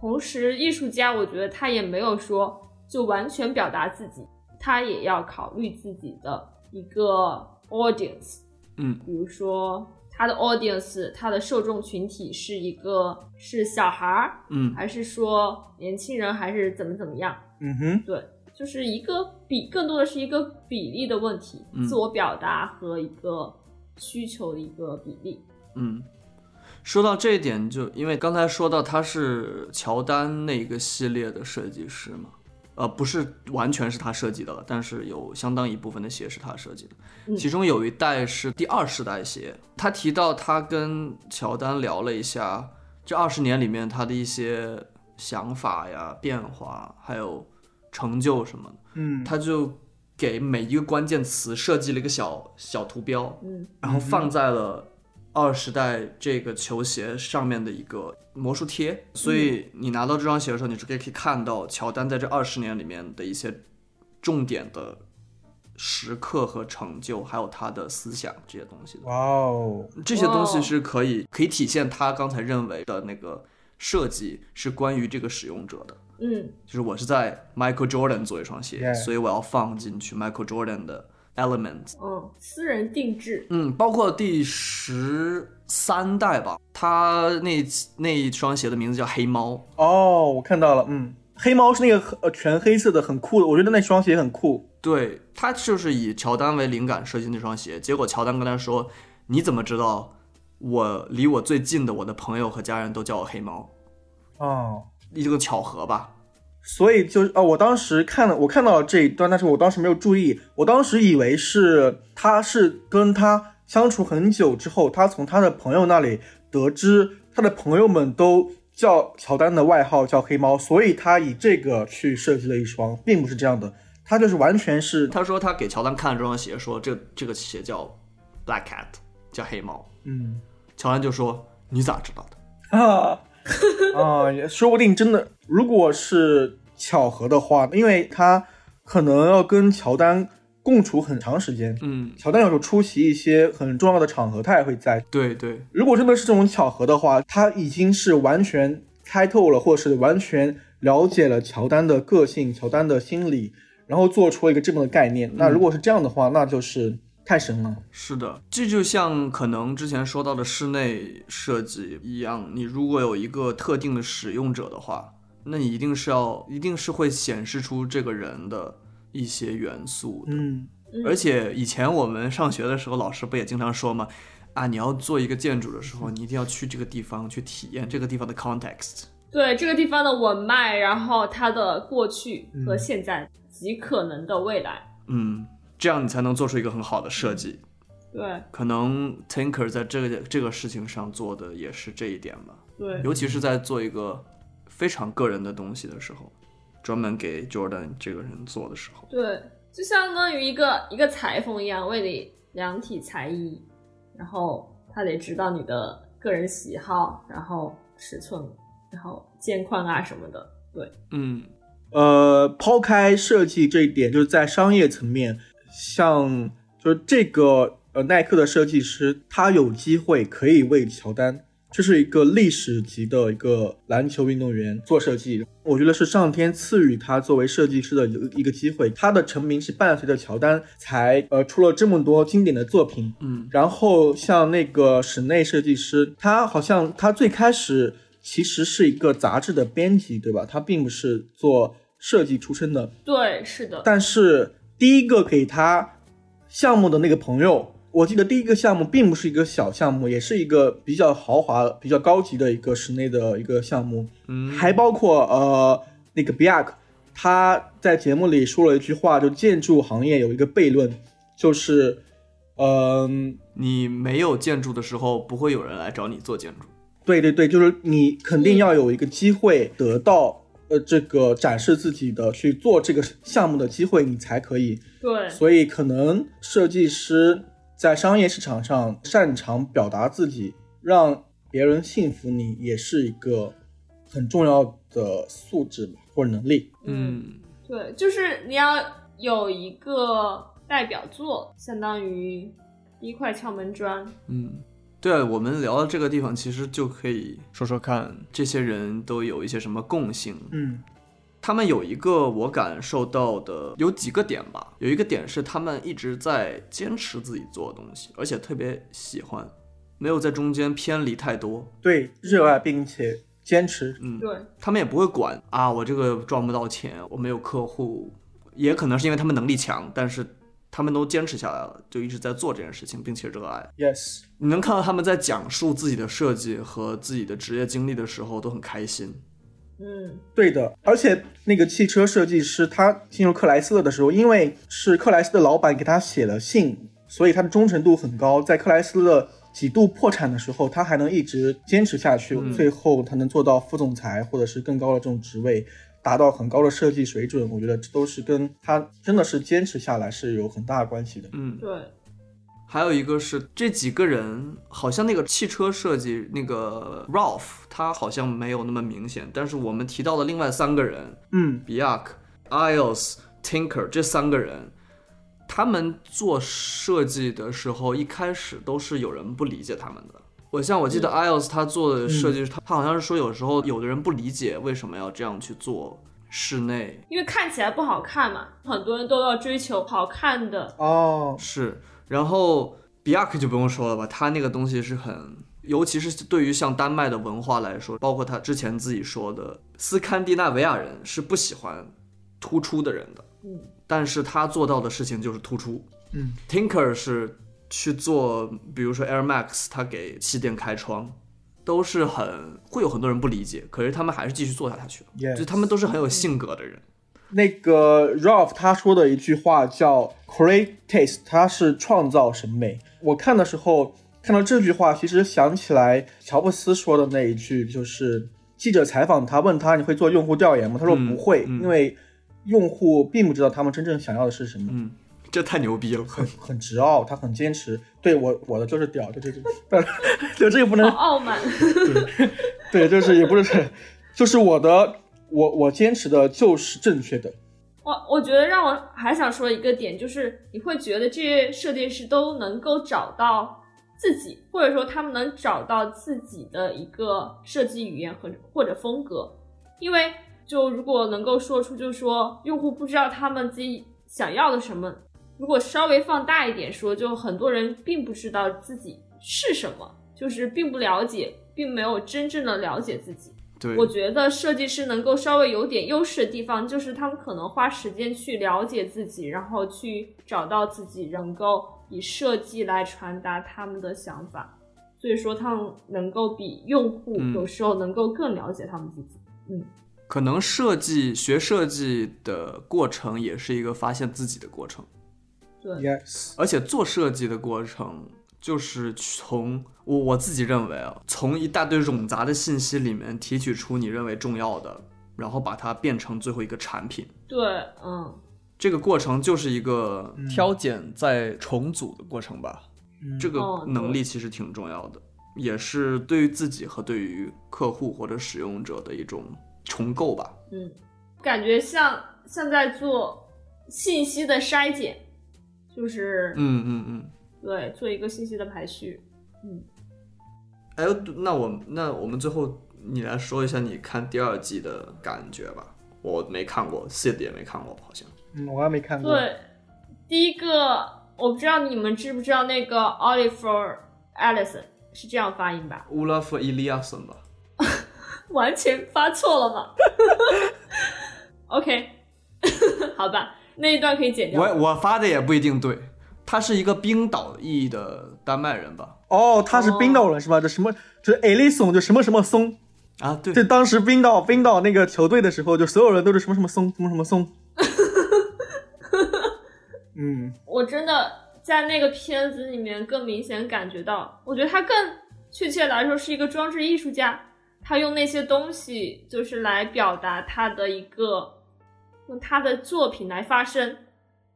S3: 同时，艺术家我觉得他也没有说就完全表达自己，他也要考虑自己的一个 audience。
S1: 嗯，
S3: 比如说他的 audience，他的受众群体是一个是小孩儿，
S1: 嗯
S3: 还是说年轻人，还是怎么怎么样？
S2: 嗯哼，
S3: 就是一个比，更多的是一个比例的问题，
S1: 嗯
S3: 自我表达和一个需求的一个比例。
S1: 嗯，说到这一点就，因为刚才说到他是乔丹那个系列的设计师嘛，呃，不是完全是他设计的了，但是有相当一部分的鞋是他设计的，
S3: 嗯
S1: 其中有一代是第二世代鞋。他提到他跟乔丹聊了一下这二十年里面他的一些想法呀、变化，还有成就什么的，
S2: 嗯，
S1: 他就给每一个关键词设计了一个小小图标，
S3: 嗯
S1: 然后放在了二十代这个球鞋上面的一个魔术贴，所以你拿到这双鞋的时候，你是可以可以看到乔丹在这二十年里面的一些重点的时刻和成就，还有他的思想这些东西的。
S2: 哇哦，
S1: 这些东西
S3: 哇
S1: 是可以可以体现他刚才认为的那个设计是关于这个使用者的。
S3: 嗯
S1: 就是我是在 Michael Jordan 做一双鞋
S2: Yeah
S1: 所以我要放进去 Michael Jordan 的 element，
S3: 嗯，私人定制。
S1: 嗯，包括第十三代吧，他那那一双鞋的名字叫黑猫，
S2: 哦，我看到了，嗯，黑猫是那个很呃全黑色的，很酷的，我觉得那双鞋很酷。
S1: 对他就是以乔丹为灵感设计那双鞋。结果乔丹跟他说：“你怎么知道我离我最近的我的朋友和家人都叫我黑猫？
S2: 哦，
S1: 一个巧合吧。
S2: 所以就是哦，我当时看了，我看到了这一段，但是我当时没有注意，我当时以为是他是跟他相处很久之后，他从他的朋友那里得知他的朋友们都叫乔丹的外号叫黑猫，所以他以这个去设计了一双，并不是这样的，他就是完全是”
S1: 他说他给乔丹看了这双鞋，说：“这这个鞋叫 Black Cat，叫黑猫。
S2: 嗯。”
S1: 乔丹就说：“你咋知道的？”
S2: 啊啊，也说不定真的，如果是巧合的话，因为他可能要跟乔丹共处很长时间，
S1: 嗯，
S2: 乔丹有时候出席一些很重要的场合，他也会在。
S1: 对对，
S2: 如果真的是这种巧合的话，他已经是完全猜透了，或者是完全了解了乔丹的个性、乔丹的心理，然后做出了一个这么的概念。那如果是这样的话，那就是太神了。
S1: 是的，这就像可能之前说到的室内设计一样，你如果有一个特定的使用者的话，那你一定是要，一定是会显示出这个人的一些元素的。
S2: 嗯，
S3: 嗯、
S1: 而且以前我们上学的时候，老师不也经常说嘛，啊，你要做一个建筑的时候，你一定要去这个地方去体验这个地方的 context。
S3: 对这个地方的文脉，然后它的过去和现在及可能的未来。
S1: 嗯，这样你才能做出一个很好的设计。
S3: 对
S1: 可能 Tinker 在这个这个事情上做的也是这一点吧。
S3: 对，
S1: 尤其是在做一个非常个人的东西的时候，专门给 Jordan 这个人做的时候，
S3: 对，就相当于一个一个裁缝一样，为你量体裁衣，然后他得知道你的个人喜好，然后尺寸，然后肩宽啊什么的。对，
S1: 嗯，
S2: 呃，抛开设计这一点，就是在商业层面，像就是这个呃耐克的设计师，他有机会可以为乔丹，这是一个历史级的一个篮球运动员做设计，我觉得是上天赐予他作为设计师的一个机会。他的成名是伴随着乔丹才呃出了这么多经典的作品，
S1: 嗯，
S2: 然后像那个室内设计师，他好像他最开始其实是一个杂志的编辑，对吧？他并不是做设计出身的，
S3: 对，是的，
S2: 但是第一个给他项目的那个朋友，我记得第一个项目并不是一个小项目，也是一个比较豪华、比较高级的一个室内的一个项目，
S1: 嗯
S2: 还包括呃那个比亚克，他在节目里说了一句话，就建筑行业有一个悖论，就是嗯。
S1: 你没有建筑的时候，不会有人来找你做建筑。
S2: 对对对，就是你肯定要有一个机会得到呃这个展示自己的去做这个项目的机会，你才可以。
S3: 对，
S2: 所以可能设计师在商业市场上擅长表达自己，让别人信服你，也是一个很重要的素质吧或者能力。
S3: 嗯，
S1: 嗯，
S3: 对，就是你要有一个代表作，相当于第一块敲门砖，
S1: 嗯，对啊，我们聊到这个地方，其实就可以说说看，这些人都有一些什么共性。
S2: 嗯
S1: 他们有一个我感受到的有几个点吧，有一个点是他们一直在坚持自己做的东西，而且特别喜欢，没有在中间偏离太多。
S2: 对，热爱并且坚持，
S1: 嗯，
S3: 对，
S1: 他们也不会管啊，我这个赚不到钱，我没有客户，也可能是因为他们能力强，但是他们都坚持下来了，就一直在做这件事情，并且热爱。
S2: yes，
S1: 你能看到他们在讲述自己的设计和自己的职业经历的时候都很开心。
S3: 嗯，
S2: 对的。而且那个汽车设计师他进入克莱斯勒的时候，因为是克莱斯勒老板给他写了信，所以他的忠诚度很高。在克莱斯勒几度破产的时候，他还能一直坚持下去，
S1: 嗯
S2: 最后他能做到副总裁或者是更高的这种职位。达到很高的设计水准，我觉得这都是跟他真的是坚持下来是有很大的关系的。
S1: 嗯，
S3: 对，
S1: 还有一个是这几个人，好像那个汽车设计那个 Ralph，他好像没有那么明显，但是我们提到的另外三个人
S2: 嗯，
S1: b i a k Iles、Tinker 这三个人，他们做设计的时候，一开始都是有人不理解他们的。我像我记得 Iles 他做的设计，他他好像是说有时候有的人不理解为什么要这样去做室内
S3: 因为看起来不好看嘛，很多人都要追求好看的，
S2: 哦，
S1: 是，然后 b i a k 就不用说了吧，他那个东西是很。尤其是对于像丹麦的文化来说，包括他之前自己说的，斯堪的纳维亚人是不喜欢突出的人的，
S3: 嗯，
S1: 但是他做到的事情就是突出。
S2: 嗯
S1: ，Tinker 是去做，比如说 Air Max，他给气垫开窗，都是很会有很多人不理解，可是他们还是继续做下去了。
S2: Yes
S1: 就他们都是很有性格的人。
S2: 那个 Ralph 他说的一句话叫 “create taste”，他是创造审美。我看的时候看到这句话，其实想起来乔布斯说的那一句，就是记者采访他，问他你会做用户调研吗？他说
S1: 嗯
S2: 不会，
S1: 嗯
S2: 因为用户并不知道他们真正想要的是什么。
S1: 嗯，这太牛逼了。
S2: 很执拗，他很坚持。对我，我的就是屌，就这就，但是 [LAUGHS] 就这个不能
S3: 好
S1: 哦
S3: 傲慢，
S2: [LAUGHS] 对，就是也不是， [LAUGHS] 就是我的，我我坚持的就是正确的。
S3: 我我觉得让我还想说一个点，就是你会觉得这些设计师都能够找到自己，或者说他们能找到自己的一个设计语言和或者风格，因为就如果能够说出，就是说用户不知道他们自己想要的什么，如果稍微放大一点说，就很多人并不知道自己是什么，就是并不了解，并没有真正的了解自己。
S1: [LAUGHS] 对，
S3: 我觉得设计师能够稍微有点优势的地方，就是他们可能花时间去了解自己，然后去找到自己能够以设计来传达他们的想法，所以说他们能够比用户
S1: 嗯
S3: 有时候能够更了解他们自己。
S1: 可能设计学设计的过程也是一个发现自己的过程，
S3: 对，
S2: Yes，
S1: 而且做设计的过程就是从我我自己认为啊，从一大堆冗杂的信息里面提取出你认为重要的，然后把它变成最后一个产品。
S3: 对，嗯，
S1: 这个过程就是一个
S2: 嗯
S1: 挑拣再重组的过程吧，这个
S3: 哦对
S1: 能力其实挺重要的，也是对于自己和对于客户或者使用者的一种重构吧。
S3: 嗯，感觉像像在做信息的筛减，就是、
S1: 嗯嗯嗯。
S3: 对做一个信息的排序。
S1: 哎呦，那我那我们最后你来说一下你看第二季的感觉吧。我没看过，Sid 也没看过，好像。
S2: 嗯，我还没看过。
S3: 对，第一个我不知道你们知不知道那个 Oliver Allison 是这样发音吧？
S1: 乌拉夫·伊利亚森吧。
S3: 完全发错了吗 [LAUGHS] ？OK，好吧，那一段可以剪掉。
S1: 我我发的也不一定对，他是一个冰岛裔的丹麦人吧？
S2: 哦，他是冰岛人是吧？这什么，这 Alison 就什么什么松，
S1: 啊，对
S2: 这当时冰岛冰岛那个球队的时候，就所有人都是什么什么松，什么什么 [LAUGHS] 松。嗯，
S3: 我真的在那个片子里面更明显感觉到，我觉得他更确切来说是一个装置艺术家，他用那些东西就是来表达他的一个，用他的作品来发声，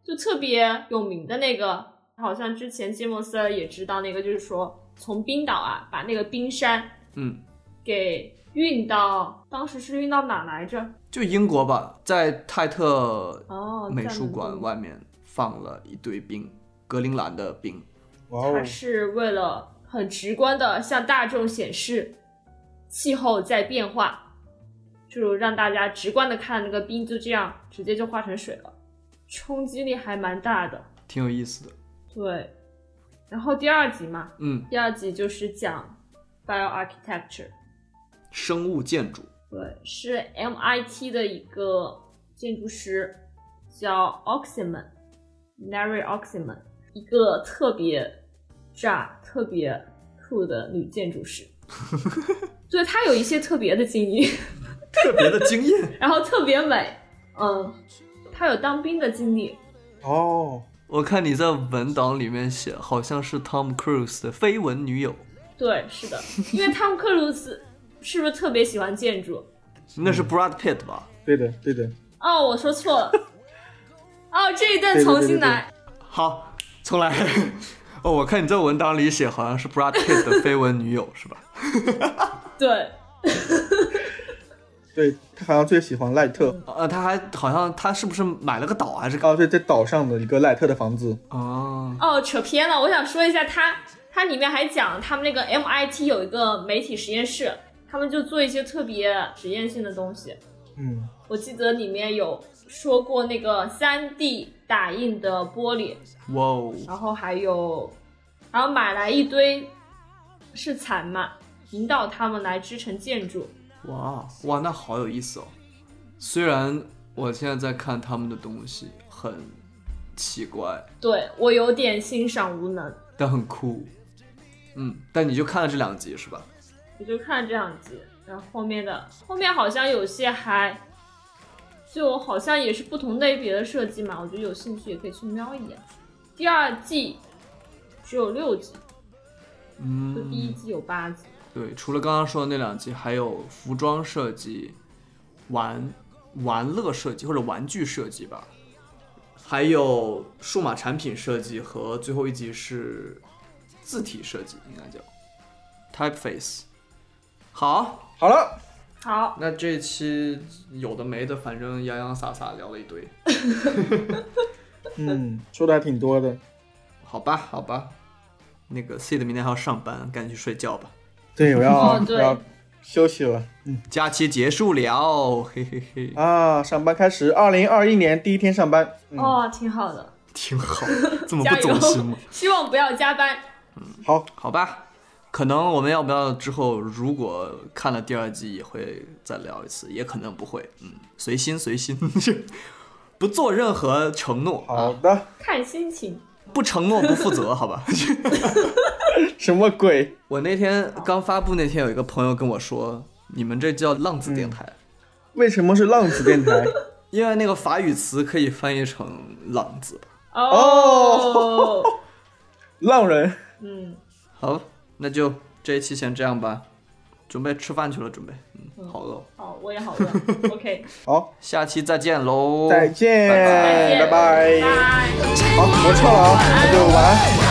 S3: 就特别有名的那个，好像之前詹姆斯也知道那个，就是说从冰岛啊把那个冰山
S1: 嗯，
S3: 给运到，当时是运到哪来着？
S1: 就英国吧，在泰特
S3: 哦，
S1: 美
S3: 在
S1: 术
S3: 伦敦
S1: 馆外面放了一堆冰，格陵兰的冰。
S2: 哇哦
S3: 它，是为了很直观的向大众显示气候在变化，就让大家直观的看那个冰就这样直接就化成水了，冲击力还蛮大的。
S1: 挺有意思的。
S3: 对，然后第二集嘛，
S1: 嗯，
S3: 第二集就是讲 bioarchitecture，
S1: 生物建筑，
S3: 对，是 MIT 的一个建筑师叫 Oxman Larry Oxman，一个特别炸、特别酷的女建筑师。对她有一些特别的经历，
S1: 特别的惊艳。
S3: 然后特别美，嗯，她有当兵的经历，
S2: 哦，
S1: 我看你在文档里面写，好像是 Tom Cruise 的绯闻女友，
S3: 对，是的，因为汤姆克鲁斯是不是特别喜欢建筑？
S1: 那是 Brad Pitt 吧？
S2: 对的，对的，
S3: 哦，我说错了。哦，这一顿重新来。
S1: 好，重来。 [LAUGHS] 哦，我看你在文档里写，好像 [LAUGHS] 是 Brad Pitt 的绯闻女友是吧？
S3: 对
S2: 对他好像最喜欢赖特。
S1: 呃，他还好像他是不是买了个岛还是个？
S2: 哦，对，在岛上的一个赖特的房子。
S1: 哦，
S3: 哦，扯偏了。我想说一下它，它里面还讲他们那个 MIT 有一个媒体实验室，他们就做一些特别实验性的东西。
S2: 嗯，
S3: 我记得里面有说过那个3 D 打印的玻璃，
S1: 哇哦，
S3: 然后还有，然后买来一堆是蚕嘛，引导他们来织成建筑。
S1: 哇哇，那好有意思哦。虽然我现在在看他们的东西很奇怪，
S3: 对我有点欣赏无能，
S1: 但很酷。嗯，但你就看了这两集是吧？
S3: 我就看了这两集，然后后面的后面好像有些还，就好像也是不同类别的设计嘛，我觉得有兴趣也可以去瞄一眼。第二季只有六集，就第一
S1: 嗯，
S3: 季有八集，
S1: 对，除了刚刚说的那两集，还有服装设计、玩玩乐设计或者玩具设计吧，还有数码产品设计和最后一集是字体设计，应该叫 typeface。好，
S2: 好了，
S3: 好，
S1: 那这期有的没的，反正洋洋洒洒聊了一堆。
S2: 嗯，说的还挺多的。
S1: 好吧，好吧，那个 C 的明天还要上班，赶紧去睡觉吧。
S2: 对，我要、
S3: 哦对
S2: 嗯我要休息了。嗯
S1: 假期结束了，嘿嘿嘿， [LAUGHS]
S2: 啊，上班开始，二零二一年第一天上班。嗯，
S3: 哦，挺好的，
S1: 挺好，这么
S3: 加
S1: 不
S3: 油
S1: 走心吗？，
S3: [LAUGHS] 希望不要加班。
S2: 好，
S1: 好吧，可能我们要不要之后如果看了第二季也会再聊一次，也可能不会，嗯，随心随心， [LAUGHS] 不做任何承诺
S2: 好
S1: 啊，
S2: 的，
S3: 看心情，
S1: 不承诺不负责，好吧？ [LAUGHS]
S2: 什么鬼？
S1: 我那天刚发布那天，有一个朋友跟我说，你们这叫浪子电台。
S2: 为什么是浪子电台？
S1: 因为那个法语词可以翻译成“浪子吧
S3: 哦，
S2: 浪人。
S3: 嗯，”。
S1: 好，那就这一期先这样吧，准备吃饭去了，准备，嗯，好饿，
S3: 好，我也好饿
S1: [LAUGHS]
S3: ，OK，
S2: 好，
S1: 下期再见喽，
S2: 再见，
S1: 拜拜
S3: 再见
S2: 拜拜。
S3: 拜。
S2: 好，我撤了啊，那就晚安。